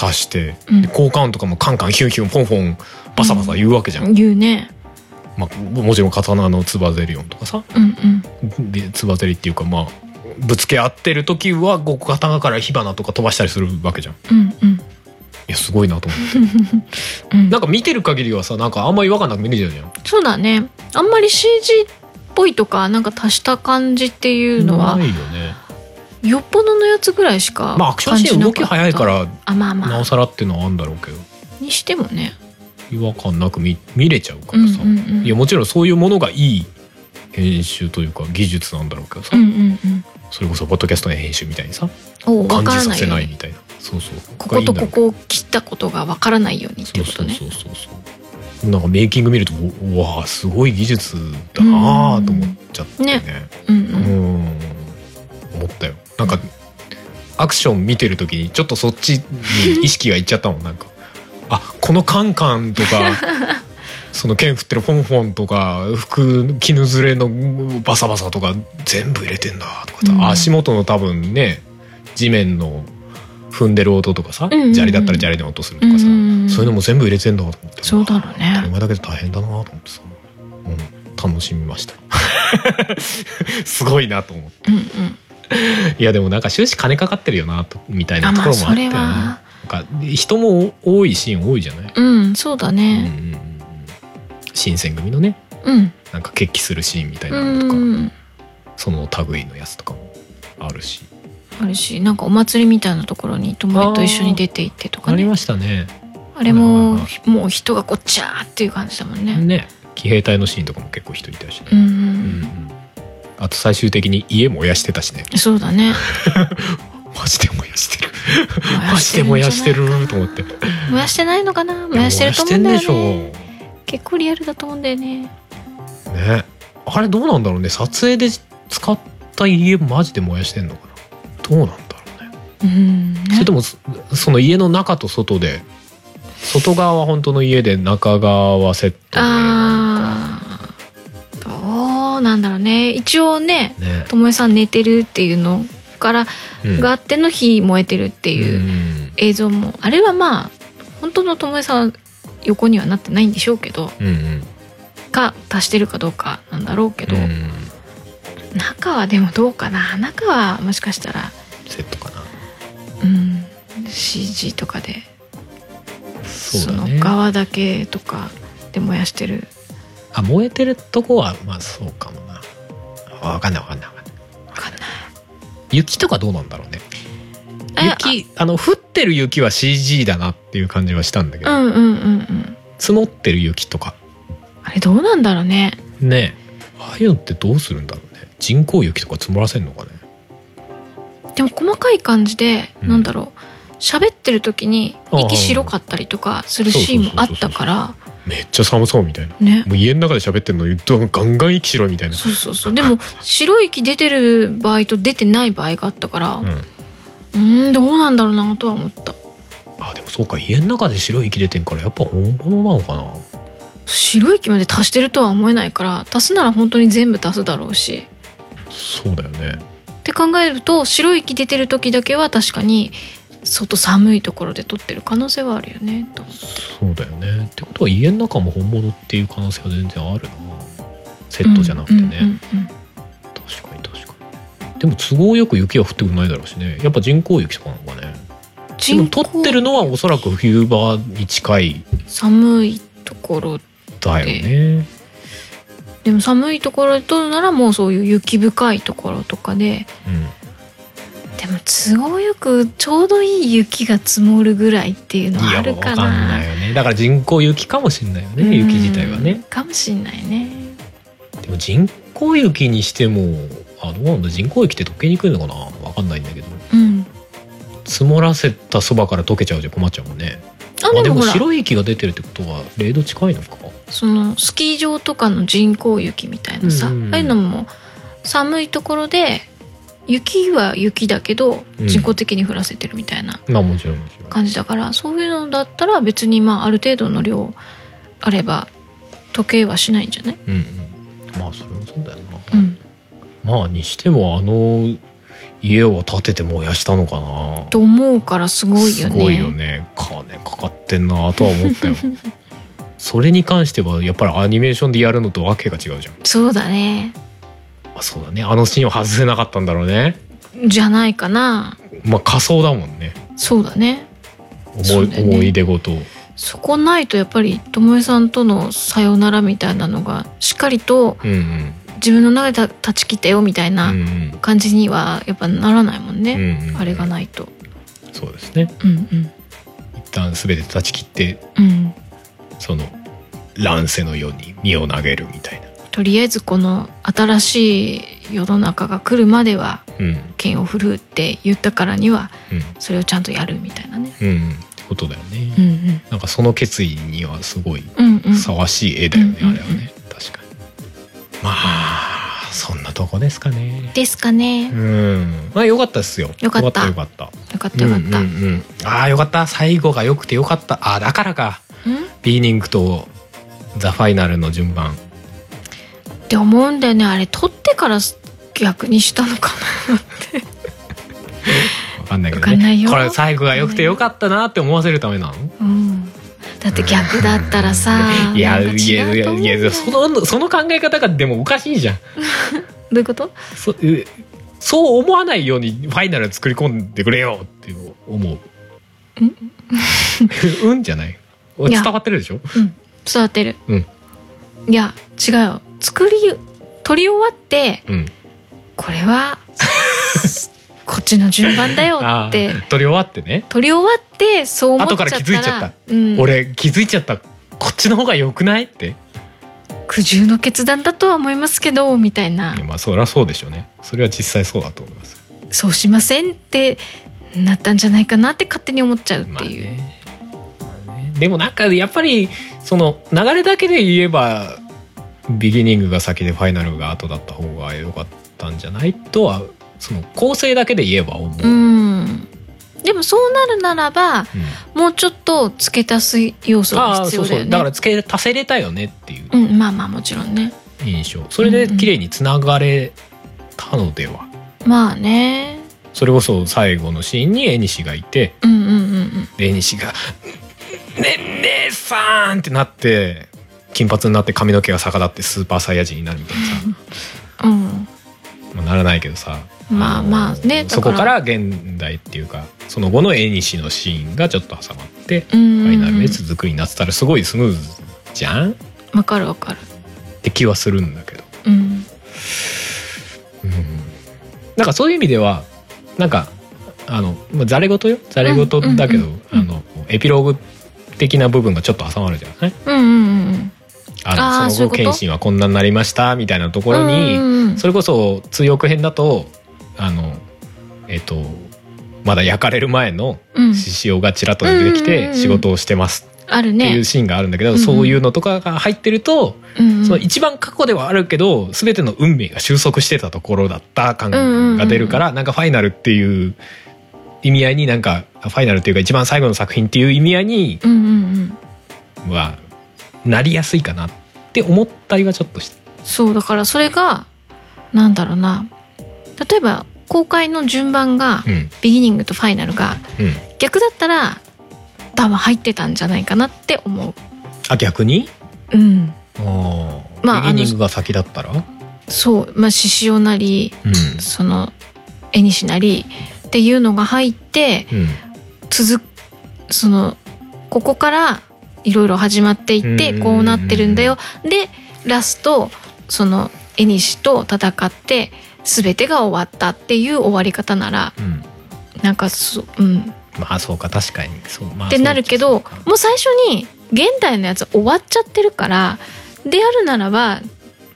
[SPEAKER 2] 足して、
[SPEAKER 3] うん
[SPEAKER 2] で効果音とかもカンカンヒュンヒュンポンポンバサバサ言うわけじゃん、
[SPEAKER 3] 言うね
[SPEAKER 2] まあ、もちろん刀のつばぜり音とかさ
[SPEAKER 3] うんうん
[SPEAKER 2] でつばぜりっていうかまあぶつけ合ってる時はこう刀から火花とか飛ばしたりするわけじゃんい
[SPEAKER 3] うんうん
[SPEAKER 2] やすごいなと思って
[SPEAKER 3] うん
[SPEAKER 2] なんか見てる限りはさなんかあんまり違和感なく見れちゃうじゃん
[SPEAKER 3] そうだねあんまり CG っぽいとかなんか足した感じっていうのは
[SPEAKER 2] ないよね
[SPEAKER 3] よっぽどのやつぐらいしか
[SPEAKER 2] まあアクションシーン動き早いからら
[SPEAKER 3] あまあま
[SPEAKER 2] な
[SPEAKER 3] あ
[SPEAKER 2] おさらっていうのはあるんだろうけど
[SPEAKER 3] にしてもね
[SPEAKER 2] 違和感なく見見れちゃうか
[SPEAKER 3] うん
[SPEAKER 2] ら
[SPEAKER 3] う
[SPEAKER 2] さ、
[SPEAKER 3] んうん
[SPEAKER 2] いやもちろんそういうものがいい編集というか技術なんだろうけどさ、
[SPEAKER 3] うんうんうん
[SPEAKER 2] それこそポッドキャストの編集みたいにさ
[SPEAKER 3] おうわ
[SPEAKER 2] 感
[SPEAKER 3] か
[SPEAKER 2] じ
[SPEAKER 3] ら
[SPEAKER 2] さ
[SPEAKER 3] ない
[SPEAKER 2] せ
[SPEAKER 3] よう
[SPEAKER 2] ない
[SPEAKER 3] に
[SPEAKER 2] みたいなそうそう
[SPEAKER 3] こことこ
[SPEAKER 2] こ
[SPEAKER 3] こを切ったことがわからないようにって
[SPEAKER 2] がいいんだろう
[SPEAKER 3] い
[SPEAKER 2] ね
[SPEAKER 3] うことね
[SPEAKER 2] そうそうそうそうなんかメイキング見るとうわあすごい技術だなあと思っちゃってね
[SPEAKER 3] うん
[SPEAKER 2] う
[SPEAKER 3] うん
[SPEAKER 2] ん思ったよなんかアクション見てる時にちょっとそっちに意識がいっちゃったもんなんかあこのカンカンとか
[SPEAKER 3] (laughs)
[SPEAKER 2] その剣振ってるフォンフォンとか服絹ずれのバサバサとか全部入れてんだとかさ、
[SPEAKER 3] うん
[SPEAKER 2] 足元の多分ね地面の踏んでる音とかさ、
[SPEAKER 3] うんうんうん
[SPEAKER 2] 砂利だったら砂利の音するとかさ、
[SPEAKER 3] うんうんうん
[SPEAKER 2] そういうのも全部入れてんだと思って
[SPEAKER 3] そうだろうね
[SPEAKER 2] 当たり前だけど大変だなと思ってさ、うん、楽しみました (laughs) すごいなと思って
[SPEAKER 3] うんうん
[SPEAKER 2] いやでもなんか終始金かかってるよなとみたいな
[SPEAKER 3] あ
[SPEAKER 2] と
[SPEAKER 3] ま
[SPEAKER 2] こ
[SPEAKER 3] あ
[SPEAKER 2] ろもあ
[SPEAKER 3] そ
[SPEAKER 2] って、
[SPEAKER 3] れは
[SPEAKER 2] なんか人も多いシーン多いじゃない、
[SPEAKER 3] うんそうだ
[SPEAKER 2] うんうん
[SPEAKER 3] ね
[SPEAKER 2] うんうん、新選組のね
[SPEAKER 3] うん
[SPEAKER 2] なんか決起するシーンみたいうなのとか、
[SPEAKER 3] ん
[SPEAKER 2] その類のやつとかもあるし、
[SPEAKER 3] あるしなんかお祭りみたいなところに友達と一緒に出て行ってとか
[SPEAKER 2] あり
[SPEAKER 3] ね
[SPEAKER 2] ましたね
[SPEAKER 3] あれも
[SPEAKER 2] はいは
[SPEAKER 3] もう人がごっちゃーっていう感じだもんね
[SPEAKER 2] ね騎兵隊のシーンとかも結構人いたしね、
[SPEAKER 3] うんう
[SPEAKER 2] うんうんんあと最終的に家燃やしてたしね
[SPEAKER 3] そうだね
[SPEAKER 2] マジで燃やしてるマジで燃やしてると思って
[SPEAKER 3] 燃やしてないのかな燃やしてると思うんだ
[SPEAKER 2] 燃やして
[SPEAKER 3] よね
[SPEAKER 2] んでしょ
[SPEAKER 3] 結構リアルだと思うんだよね
[SPEAKER 2] ねあれどうなんだろうね撮影で使った家マジで燃やしてんのかなどうなんだろうね
[SPEAKER 3] うん
[SPEAKER 2] そ
[SPEAKER 3] ね
[SPEAKER 2] れともそその家の中と外で外側は本当の家で中側はセットで
[SPEAKER 3] あーどうなんだろうね一応ね
[SPEAKER 2] ね
[SPEAKER 3] ともえさん寝てるっていうのから
[SPEAKER 2] うん
[SPEAKER 3] があっての日燃えてるっていううん映像もあれはまあ本当のともえさんは横にはなってないんでしょうけど
[SPEAKER 2] うんうん
[SPEAKER 3] か足してるかどうかなんだろうけど、
[SPEAKER 2] うん
[SPEAKER 3] 中はでもどうかな中はもしかしたら
[SPEAKER 2] セットかな
[SPEAKER 3] うん、CG とかで
[SPEAKER 2] そ
[SPEAKER 3] そう
[SPEAKER 2] だ
[SPEAKER 3] の
[SPEAKER 2] ね
[SPEAKER 3] 側だけとかで燃やしてる
[SPEAKER 2] あ燃えてるとこはまあそうかもなあわかんないわかんないわかんない
[SPEAKER 3] わかんない
[SPEAKER 2] 雪とかどうなんだろうね
[SPEAKER 3] え
[SPEAKER 2] 雪あの降ってる雪は CG だなっていう感じはしたんだけど、
[SPEAKER 3] あうんうんうんうん
[SPEAKER 2] 積もってる雪とか
[SPEAKER 3] あれどうなんだろうね
[SPEAKER 2] ねえああいうのってどうするんだろうね人工雪とか積もらせんのかね
[SPEAKER 3] でも細かい感じで、
[SPEAKER 2] うん
[SPEAKER 3] なんだろう喋ってる時に
[SPEAKER 2] ああ
[SPEAKER 3] 息白かったりとかするシーンもあったから
[SPEAKER 2] めっちゃ寒そうみたいな
[SPEAKER 3] ね
[SPEAKER 2] もう家の中で喋ってるのにガンガン息しろみたいな
[SPEAKER 3] そうそうそうでも白い息出てる場合と出てない場合があったから
[SPEAKER 2] うん
[SPEAKER 3] うーんどうなんだろうなとは思った
[SPEAKER 2] あでもそうか家の中で白い息出てんからやっぱ本物なのかな
[SPEAKER 3] 白い息まで足してるとは思えないから足すなら本当に全部足すだろうし
[SPEAKER 2] そうだよね
[SPEAKER 3] って考えると白い息出てる時だけは確かに外寒いところで撮ってる可能性はあるよねと
[SPEAKER 2] そうだよねってことは家の中も本物っていう可能性は全然あるなセットじゃなくてね、
[SPEAKER 3] うんうん
[SPEAKER 2] 確かに確かにでも都合よく雪は降ってくないだろうしねやっぱ人工雪とかなのかね
[SPEAKER 3] うん
[SPEAKER 2] でも
[SPEAKER 3] 人
[SPEAKER 2] 撮
[SPEAKER 3] 工
[SPEAKER 2] ってるのはおそらく冬場に近い
[SPEAKER 3] 寒いところ
[SPEAKER 2] だよね
[SPEAKER 3] でも寒いところで撮るならもうそういう雪深いところとかで
[SPEAKER 2] うん
[SPEAKER 3] でも都合よくちょうどいい雪が積もるぐらいっていうの
[SPEAKER 2] い
[SPEAKER 3] は
[SPEAKER 2] や
[SPEAKER 3] ある
[SPEAKER 2] わか
[SPEAKER 3] か
[SPEAKER 2] ん
[SPEAKER 3] な
[SPEAKER 2] ないよねだから人工雪かもしんないよ
[SPEAKER 3] うん
[SPEAKER 2] ね雪自体はね
[SPEAKER 3] かもしんないね
[SPEAKER 2] でも人工雪にしてもあどうなんだ人工雪って溶けにくいのかなわかんないんだけど
[SPEAKER 3] うん
[SPEAKER 2] 積もらせたそばから溶けちゃうじゃ困っちゃうもんね
[SPEAKER 3] あ
[SPEAKER 2] まあ
[SPEAKER 3] で
[SPEAKER 2] で
[SPEAKER 3] も
[SPEAKER 2] も
[SPEAKER 3] ほら
[SPEAKER 2] 白い雪が出てるってことは0度近いのか
[SPEAKER 3] そのスキー場とかの人工雪みたいなさ、
[SPEAKER 2] うんうん
[SPEAKER 3] ああいうのも寒いところで雪は雪だけど
[SPEAKER 2] うん
[SPEAKER 3] 人工的に降らせてるみたいな
[SPEAKER 2] まあもちろんもちろん
[SPEAKER 3] 感じだから、そういうのだったら別にまあある程度の量あれば時計はしないんじゃない、
[SPEAKER 2] うんうんまあそれもそうだよな
[SPEAKER 3] うん、
[SPEAKER 2] まあにしてもあの家を建てて燃やしたのかな
[SPEAKER 3] と思うからすごいよね。
[SPEAKER 2] すごいよね金かかってんなとは思
[SPEAKER 3] (laughs)
[SPEAKER 2] ったよそれに関してはやっぱりアニメーションでやるのとわけが違うじゃん
[SPEAKER 3] そうだね
[SPEAKER 2] あそうだねあのシーンは外せなかったんだろうね
[SPEAKER 3] じゃないかな
[SPEAKER 2] まあ仮想だもんね
[SPEAKER 3] そうだねそ
[SPEAKER 2] 思
[SPEAKER 3] う
[SPEAKER 2] い
[SPEAKER 3] だよね
[SPEAKER 2] 思い出ごと
[SPEAKER 3] そこないとやっぱりともえさんとのさよならみたいなのがしっかりと
[SPEAKER 2] うんうん
[SPEAKER 3] 自分の中で断ち切ったよみたいな、
[SPEAKER 2] うんうん
[SPEAKER 3] 感じにはやっぱならないもん
[SPEAKER 2] う
[SPEAKER 3] ね、
[SPEAKER 2] んうん
[SPEAKER 3] あれがないと
[SPEAKER 2] そうですね
[SPEAKER 3] うん
[SPEAKER 2] 一旦全て断ち切って
[SPEAKER 3] うんうん
[SPEAKER 2] その乱世のように身を投げるみたいな
[SPEAKER 3] とりあえずこの新しい世の中が来るまでは
[SPEAKER 2] うん
[SPEAKER 3] 剣を振るうって言ったからには
[SPEAKER 2] うん
[SPEAKER 3] それをちゃんとやるみたいなね
[SPEAKER 2] うんってことだよね、
[SPEAKER 3] うんうん
[SPEAKER 2] なんかその決意にはすごい
[SPEAKER 3] うんうん
[SPEAKER 2] ふさわしい絵だよね、
[SPEAKER 3] うん
[SPEAKER 2] あれはね確かにまあそんなとこですかね
[SPEAKER 3] ですかね
[SPEAKER 2] うんまあよかったですよ
[SPEAKER 3] よかった
[SPEAKER 2] よかったよかっ
[SPEAKER 3] よかったたよか
[SPEAKER 2] う
[SPEAKER 3] った、
[SPEAKER 2] んうんうんああよかった最後が良くてよかったああだからか
[SPEAKER 3] うん
[SPEAKER 2] ビーニングとザ・ファイナルの順番
[SPEAKER 3] って思うんだよねあれ撮ってから逆にしたのか
[SPEAKER 2] わか
[SPEAKER 3] な
[SPEAKER 2] んないけど、
[SPEAKER 3] わかんない
[SPEAKER 2] ね、
[SPEAKER 3] よ
[SPEAKER 2] これ最後が良くてよかったなって思わせるためなの
[SPEAKER 3] うんだって逆だったらさ
[SPEAKER 2] いや
[SPEAKER 3] なんか
[SPEAKER 2] いやい
[SPEAKER 3] 違う
[SPEAKER 2] や
[SPEAKER 3] と思うん
[SPEAKER 2] い
[SPEAKER 3] だよ
[SPEAKER 2] やそのその考え方がでもおかしいじゃん
[SPEAKER 3] どういうこと
[SPEAKER 2] そえそう思わないようにファイナル作り込んでくれよって思う
[SPEAKER 3] うん
[SPEAKER 2] うんじゃない
[SPEAKER 3] いや
[SPEAKER 2] 伝わってるでしょ
[SPEAKER 3] うん伝わってる、
[SPEAKER 2] うん
[SPEAKER 3] いや違うよ作り撮り終わって
[SPEAKER 2] うん
[SPEAKER 3] これはこっちの順番だよ
[SPEAKER 2] あ
[SPEAKER 3] って
[SPEAKER 2] ー撮り終わってね、
[SPEAKER 3] 撮り終わってそう思っちゃった
[SPEAKER 2] 後
[SPEAKER 3] ら
[SPEAKER 2] から気づいちゃった
[SPEAKER 3] うん、
[SPEAKER 2] 俺気づいちゃったこっちの方が良くないって、
[SPEAKER 3] 苦渋の決断だとは思いますけどみたいない
[SPEAKER 2] やまあそりゃそうでしょうねそれは実際そうだと思います
[SPEAKER 3] そうしませんってなったんじゃないかなって勝手に思っちゃうっていう、
[SPEAKER 2] まあねでもなんかやっぱりその流れだけで言えばビギニングが先でファイナルが後だった方が良かったんじゃないとはその構成だけで言えば思う、
[SPEAKER 3] うんでもそうなるならば
[SPEAKER 2] うん
[SPEAKER 3] もうちょっと付け足す要素
[SPEAKER 2] あ
[SPEAKER 3] が
[SPEAKER 2] あそ
[SPEAKER 3] 必要
[SPEAKER 2] う
[SPEAKER 3] だ
[SPEAKER 2] そ
[SPEAKER 3] よ
[SPEAKER 2] う
[SPEAKER 3] ね
[SPEAKER 2] だから付け足せれたよねっていう
[SPEAKER 3] うんまあまあもちろんね
[SPEAKER 2] 印象それで綺麗につながれたのでは、
[SPEAKER 3] まあね
[SPEAKER 2] それこそ最後のシーンに縁がいて
[SPEAKER 3] うんうんうんうん
[SPEAKER 2] で縁が (laughs) 「ね姉さん!」ってなって金髪になって髪の毛が逆立ってスーパーサイヤ人になるみた
[SPEAKER 3] (laughs)
[SPEAKER 2] いなさ
[SPEAKER 3] うん
[SPEAKER 2] まあ、ならないけどさ
[SPEAKER 3] まあ
[SPEAKER 2] の
[SPEAKER 3] まあねだから
[SPEAKER 2] そこから現代っていうかその後の縁のシーンがちょっと挟まって
[SPEAKER 3] う
[SPEAKER 2] フ
[SPEAKER 3] ん
[SPEAKER 2] ァイナ
[SPEAKER 3] う
[SPEAKER 2] ル
[SPEAKER 3] んう
[SPEAKER 2] で
[SPEAKER 3] ん
[SPEAKER 2] 続くになってたらすごいスムーズじゃんっ
[SPEAKER 3] わかるわかる
[SPEAKER 2] て気はするんだけど、
[SPEAKER 3] うん
[SPEAKER 2] うん、なんかそういう意味ではなんかあのまあざれ言よざれ言だけど、
[SPEAKER 3] うんうんうん
[SPEAKER 2] あのエピローグ的な部分がちょっと挟まるじゃない
[SPEAKER 3] うんうんうん
[SPEAKER 2] あの
[SPEAKER 3] あー
[SPEAKER 2] その後
[SPEAKER 3] そういうこと
[SPEAKER 2] 謙信はこんなになりましたみたいなところに、
[SPEAKER 3] うんうんうん
[SPEAKER 2] それこそ通訳編だとあのえっ、とまだ焼かれる前の
[SPEAKER 3] うん
[SPEAKER 2] 獅子王がちらっと出てき
[SPEAKER 3] うんうんう
[SPEAKER 2] て
[SPEAKER 3] んうん
[SPEAKER 2] 仕事をしてます
[SPEAKER 3] ある
[SPEAKER 2] ってい
[SPEAKER 3] ね
[SPEAKER 2] うシーンがあるんだけど、
[SPEAKER 3] うんうん
[SPEAKER 2] そういうのとかが入ってると、
[SPEAKER 3] うんうん
[SPEAKER 2] その一番過去ではあるけど全ての運命が収束してたところだった感
[SPEAKER 3] うんうんうん
[SPEAKER 2] が出るから、なんかファイナルっていう意味合いになんかファイナルっていうか一番最後の作品っていう意味合いに
[SPEAKER 3] うんうんうん
[SPEAKER 2] はなりやすいかなって思ったりはちょっとして。
[SPEAKER 3] そうだからそれがなんだろうな例えば公開の順番が
[SPEAKER 2] うん
[SPEAKER 3] ビギニングとファイナルが
[SPEAKER 2] うん、
[SPEAKER 3] 逆だったら多分入ってたんじゃないかなって思う
[SPEAKER 2] あ逆に
[SPEAKER 3] うん
[SPEAKER 2] あー
[SPEAKER 3] まあ
[SPEAKER 2] ビギニングが先だったら、う
[SPEAKER 3] そうまあ獅子雄なり
[SPEAKER 2] ん
[SPEAKER 3] その絵にしなりっていうのが入って
[SPEAKER 2] うん、
[SPEAKER 3] 続くそのここからいろいろ始まっていっ
[SPEAKER 2] うんうんうんう
[SPEAKER 3] て
[SPEAKER 2] ん
[SPEAKER 3] こうなってるんだよでラストその絵にしと戦って全てが終わったっていう終わり方なら
[SPEAKER 2] うん、
[SPEAKER 3] なんかそううん
[SPEAKER 2] まあそうか確かにそう、まあ、
[SPEAKER 3] ってなるけど
[SPEAKER 2] そうか
[SPEAKER 3] もう最初に現代のやつ終わっちゃってるからであるならば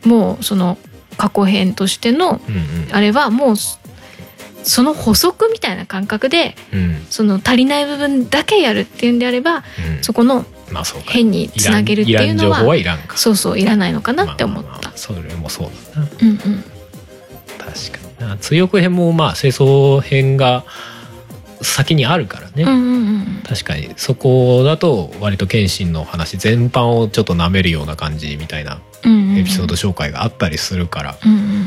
[SPEAKER 3] もうその過去編としての
[SPEAKER 2] うん
[SPEAKER 3] あれはもうそその補足みたいな感覚で
[SPEAKER 2] うんうん
[SPEAKER 3] その足りない部分だけやるっていうんであれば
[SPEAKER 2] うん
[SPEAKER 3] そこの
[SPEAKER 2] まあそうか
[SPEAKER 3] 変につなげるっていうの
[SPEAKER 2] らん情報は
[SPEAKER 3] はい
[SPEAKER 2] らんか
[SPEAKER 3] そうそういらないのかなって思っ
[SPEAKER 2] まあまあ
[SPEAKER 3] た
[SPEAKER 2] まあ。それもそうだな
[SPEAKER 3] うんうん
[SPEAKER 2] 確かにな通訳編もまあ清掃編が先にあるからね、
[SPEAKER 3] うんうんうん
[SPEAKER 2] 確かにそこだと割と謙信の話全般をちょっと舐めるような感じみたいな
[SPEAKER 3] うんうん
[SPEAKER 2] エピソード紹介があったりするから、
[SPEAKER 3] うんうん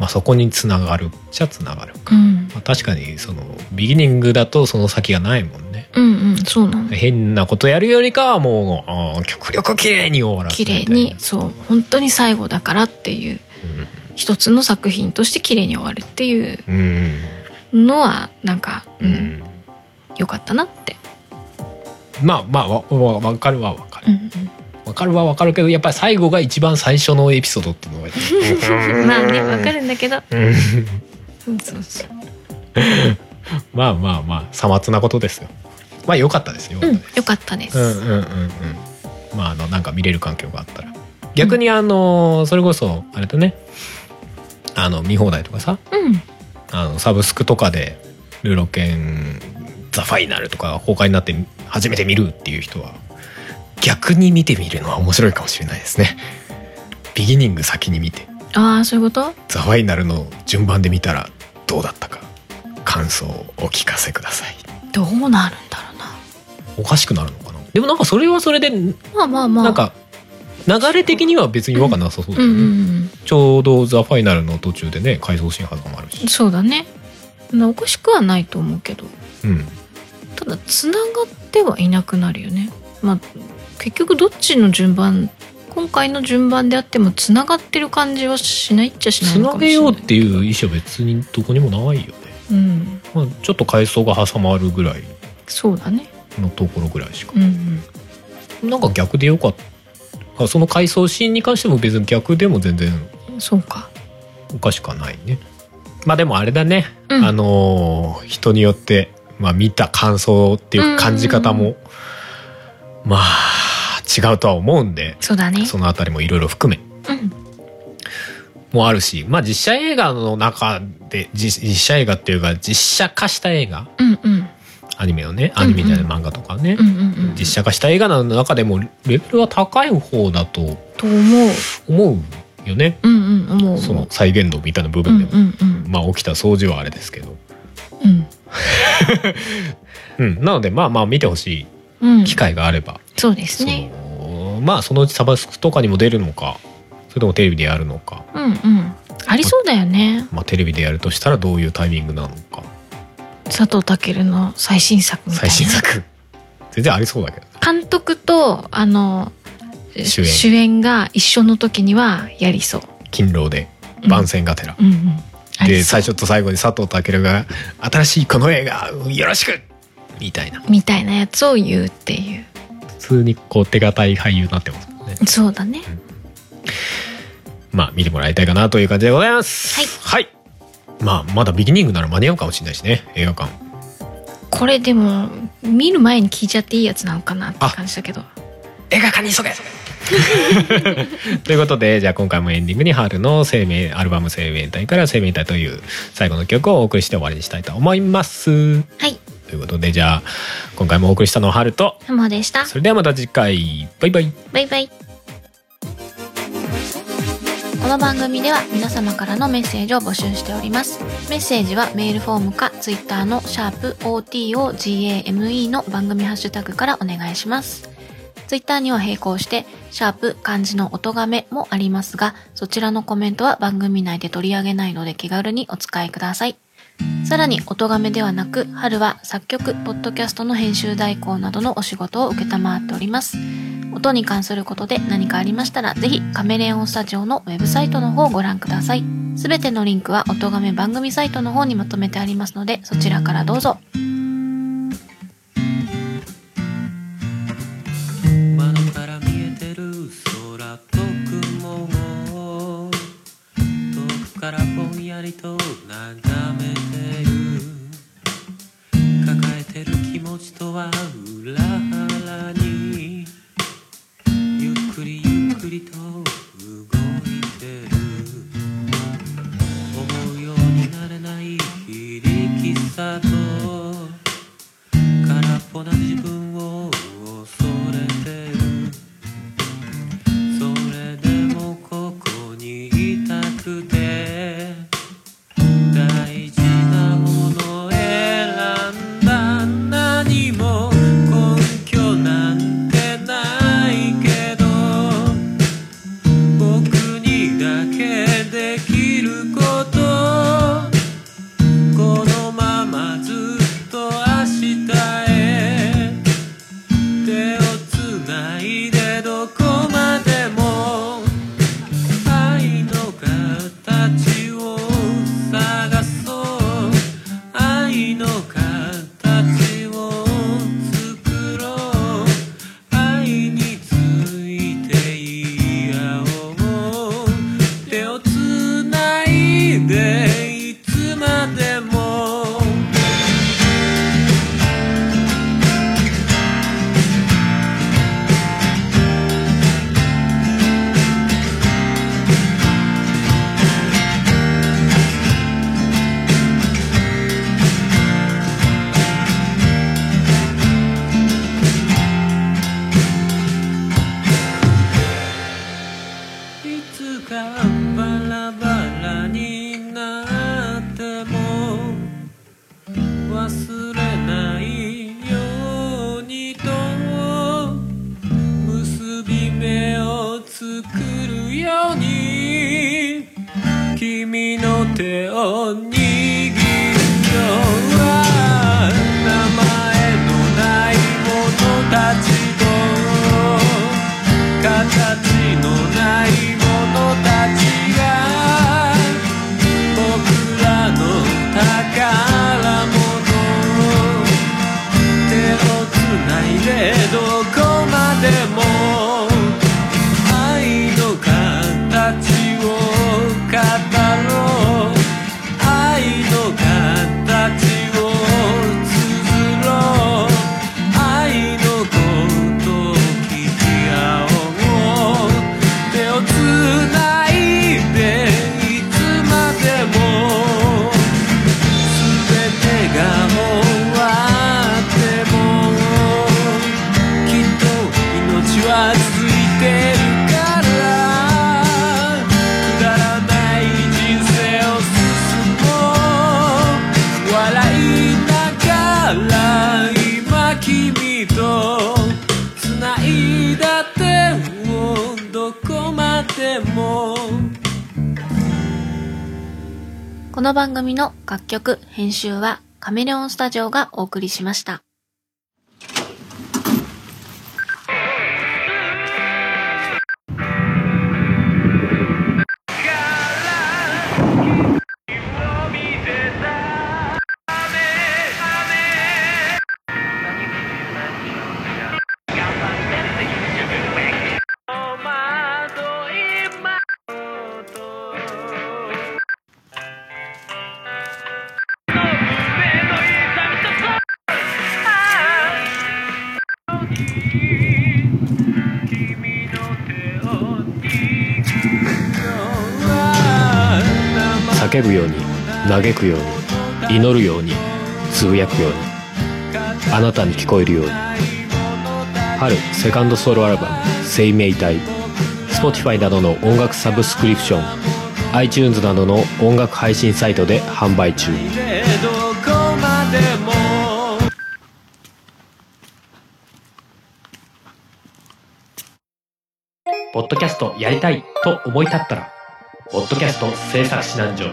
[SPEAKER 2] まあ、そこにつながるっちゃつながる
[SPEAKER 3] うん
[SPEAKER 2] まあ、確かにそのビギニングだとその先がないもんね
[SPEAKER 3] うんうんそうなの
[SPEAKER 2] 変なことやるよりかはもうあー極力綺麗に終わらせ
[SPEAKER 3] 綺
[SPEAKER 2] るみ
[SPEAKER 3] 麗
[SPEAKER 2] たい
[SPEAKER 3] に
[SPEAKER 2] な
[SPEAKER 3] そう本当に最後だからっていう一つの作品として綺麗に終わるっていう
[SPEAKER 2] うんうん
[SPEAKER 3] のはなんか、う
[SPEAKER 2] うんん
[SPEAKER 3] よかったなって、
[SPEAKER 2] まあまあわわわかるはわか
[SPEAKER 3] う
[SPEAKER 2] る
[SPEAKER 3] ん
[SPEAKER 2] わかるはわかるけどやっぱり最後が一番最初のエピソードっていうのが
[SPEAKER 3] うん (laughs) まあねわかるんだけど
[SPEAKER 2] うん
[SPEAKER 3] うんそうそう
[SPEAKER 2] まあまあまあさまつなことですよまあ良かったですよ、
[SPEAKER 3] うんよかったです、
[SPEAKER 2] うんうんうんうんまああのなんか見れる環境があったら逆にあのそれこそあれだねあの見放題とかさ
[SPEAKER 3] うん
[SPEAKER 2] あのサブスクとかで「ルーロケンザ・ファイナル」とか崩壊になって初めて見るっていう人は逆に見てみるのは面白いかもしれないですね。ビギニング先に見て
[SPEAKER 3] ああそういうこと
[SPEAKER 2] ザワイナルの順番で見たらどうだったか感想をお聞かせください
[SPEAKER 3] どうなるんだろうな
[SPEAKER 2] おかしくなるのかなでもなんかそれはそれで
[SPEAKER 3] まあまあまあ
[SPEAKER 2] なんか流れ的には別に違和感なさそうだ
[SPEAKER 3] う
[SPEAKER 2] よ
[SPEAKER 3] ん
[SPEAKER 2] ね、
[SPEAKER 3] うん
[SPEAKER 2] ちょうど「ザ・ファイナル」の途中でね回想シーンはずもある
[SPEAKER 3] うん
[SPEAKER 2] し、
[SPEAKER 3] そうだねなおかしくはないと思うけど
[SPEAKER 2] うん、
[SPEAKER 3] ただつながってはいなくなるよねまあ結局どっちの順番今回の順番であってもつながってる感じはしないっちゃしない
[SPEAKER 2] つ
[SPEAKER 3] の
[SPEAKER 2] な
[SPEAKER 3] かもし
[SPEAKER 2] げ
[SPEAKER 3] れな
[SPEAKER 2] よ
[SPEAKER 3] いう
[SPEAKER 2] っていう意思は別にどこにもないよね、
[SPEAKER 3] うん
[SPEAKER 2] まあ、ちょっと回想が挟まるぐらい
[SPEAKER 3] そうだね
[SPEAKER 2] のところぐらいしか
[SPEAKER 3] う、んうん
[SPEAKER 2] なんか逆でよかったあその回想シーンに関しても別に逆でも全然
[SPEAKER 3] そうか。
[SPEAKER 2] おかしくはないねまあでもあれだね、
[SPEAKER 3] うん
[SPEAKER 2] あのー人によって、まあ、見た感想っていう感じ方
[SPEAKER 3] うん
[SPEAKER 2] も、まあ違うとは思うんで
[SPEAKER 3] そうだね。
[SPEAKER 2] そのあたりもいろいろ含め
[SPEAKER 3] うん。
[SPEAKER 2] もあるし、まあ、実写映画の中で実実写映画っていうか実写化した映画
[SPEAKER 3] うんうん。
[SPEAKER 2] アニメをね
[SPEAKER 3] うん
[SPEAKER 2] アニメじゃない漫画とかね、
[SPEAKER 3] うんうんうん。
[SPEAKER 2] 実写化した映画の中でもレベルは高い方だと
[SPEAKER 3] と思う。
[SPEAKER 2] 思うよね
[SPEAKER 3] うんうん思う。
[SPEAKER 2] その再現度みたいな部
[SPEAKER 3] う
[SPEAKER 2] 分
[SPEAKER 3] ん
[SPEAKER 2] で
[SPEAKER 3] う
[SPEAKER 2] も、
[SPEAKER 3] んうん。
[SPEAKER 2] まあ起きた掃除はあれですけど、
[SPEAKER 3] うん
[SPEAKER 2] うん、なのでまあまあ見てほし
[SPEAKER 3] うん。
[SPEAKER 2] い機会があれば、
[SPEAKER 3] そうですね。
[SPEAKER 2] そのまあそのうちサブスクとかにも出るのかそれともテレビでやるのか、
[SPEAKER 3] うんうん。ありそうだよね。
[SPEAKER 2] まあ、テレビでやるとしたらどういうタイミングなのか
[SPEAKER 3] 佐藤健の最新作みたいな。
[SPEAKER 2] 最新。作全然ありそうだけど
[SPEAKER 3] 監督とあの
[SPEAKER 2] 主演
[SPEAKER 3] 主演が一緒の時にはやりそう。
[SPEAKER 2] 勤労で
[SPEAKER 3] うん
[SPEAKER 2] 番宣がてら、
[SPEAKER 3] うんうん。あ
[SPEAKER 2] で
[SPEAKER 3] りそ
[SPEAKER 2] 最
[SPEAKER 3] う
[SPEAKER 2] 初と最後に佐藤健が「新しいこの映画よろしく!」みたいな
[SPEAKER 3] みたいなやつを言うっていう。
[SPEAKER 2] 普通にこう手堅い俳優になってますもんね
[SPEAKER 3] そうだね。
[SPEAKER 2] まあ見てもらいたいかなという感じでございますはい、まあまだビギニングなら間に合うかもしれないしね映画館
[SPEAKER 3] これでも見る前に聞いちゃっていいやつなのかなって感じだけど。
[SPEAKER 2] 映画館に急げ (laughs) ということでじゃあ今回もエンディングに春の生命アルバム「生命体」から「生命体」という最後の曲をお送りして終わりにしたいと思います
[SPEAKER 3] はい。
[SPEAKER 2] ということでじゃあ今回もお送りしたのは春と
[SPEAKER 3] ハモでした。
[SPEAKER 2] それではまた次回バイバイ
[SPEAKER 3] バイバイ。この番組では皆様からのメッセージを募集しております。メッセージはメールフォームか Twitter のシャープ o t o g a m e の番組ハッシュタグからお願いします。Twitter には並行して、シャープ漢字の音がめもありますが、そちらのコメントは番組内で取り上げないので気軽にお使いください。さらに、音がめではなく、春は作曲、ポッドキャストの編集代行などのお仕事を受けたまわっております。音に関することで何かありましたら、ぜひカメレオンスタジオのウェブサイトの方をご覧ください。すべてのリンクは音がめ番組サイトの方にまとめてありますので、そちらからどうぞ。
[SPEAKER 4] 窓から見えてる空っぽ雲を遠くからぼんやりと眺めてる抱えてる気持ちとは裏腹にゆっくりゆっくりと動いてる思うようになれない非力さと空っぽな自分を恐れてるそれでもここにいたくて大事なものを選んだ何も根拠なんてないけどいつかバラバラになっても忘れないようにと結び目を作るように君の手を握る今日は名前のない者たちと形のないものたちが僕らの宝物手をつないでどこまでも愛の形を語ろう愛の形を綴ろう愛のことを聞き合おう手をつないでいつまでも全てが終わってもきっと命は続いてるからくだらない人生を進もう笑いながら今君と繋いだ手をどこまでも
[SPEAKER 3] この番組の楽曲、編集はカメレオンスタジオがお送りしました。
[SPEAKER 1] 叫ぶように嘆くように祈るようにつぶやくようにあなたに聞こえるように春セカンドソロアルバム「生命体」Spotify などの音楽サブスクリプション iTunes などの音楽配信サイトで販売中
[SPEAKER 4] でどこまでも
[SPEAKER 1] ポッドキャストやりたいと思い立ったら「ポッドキャスト制作指南所」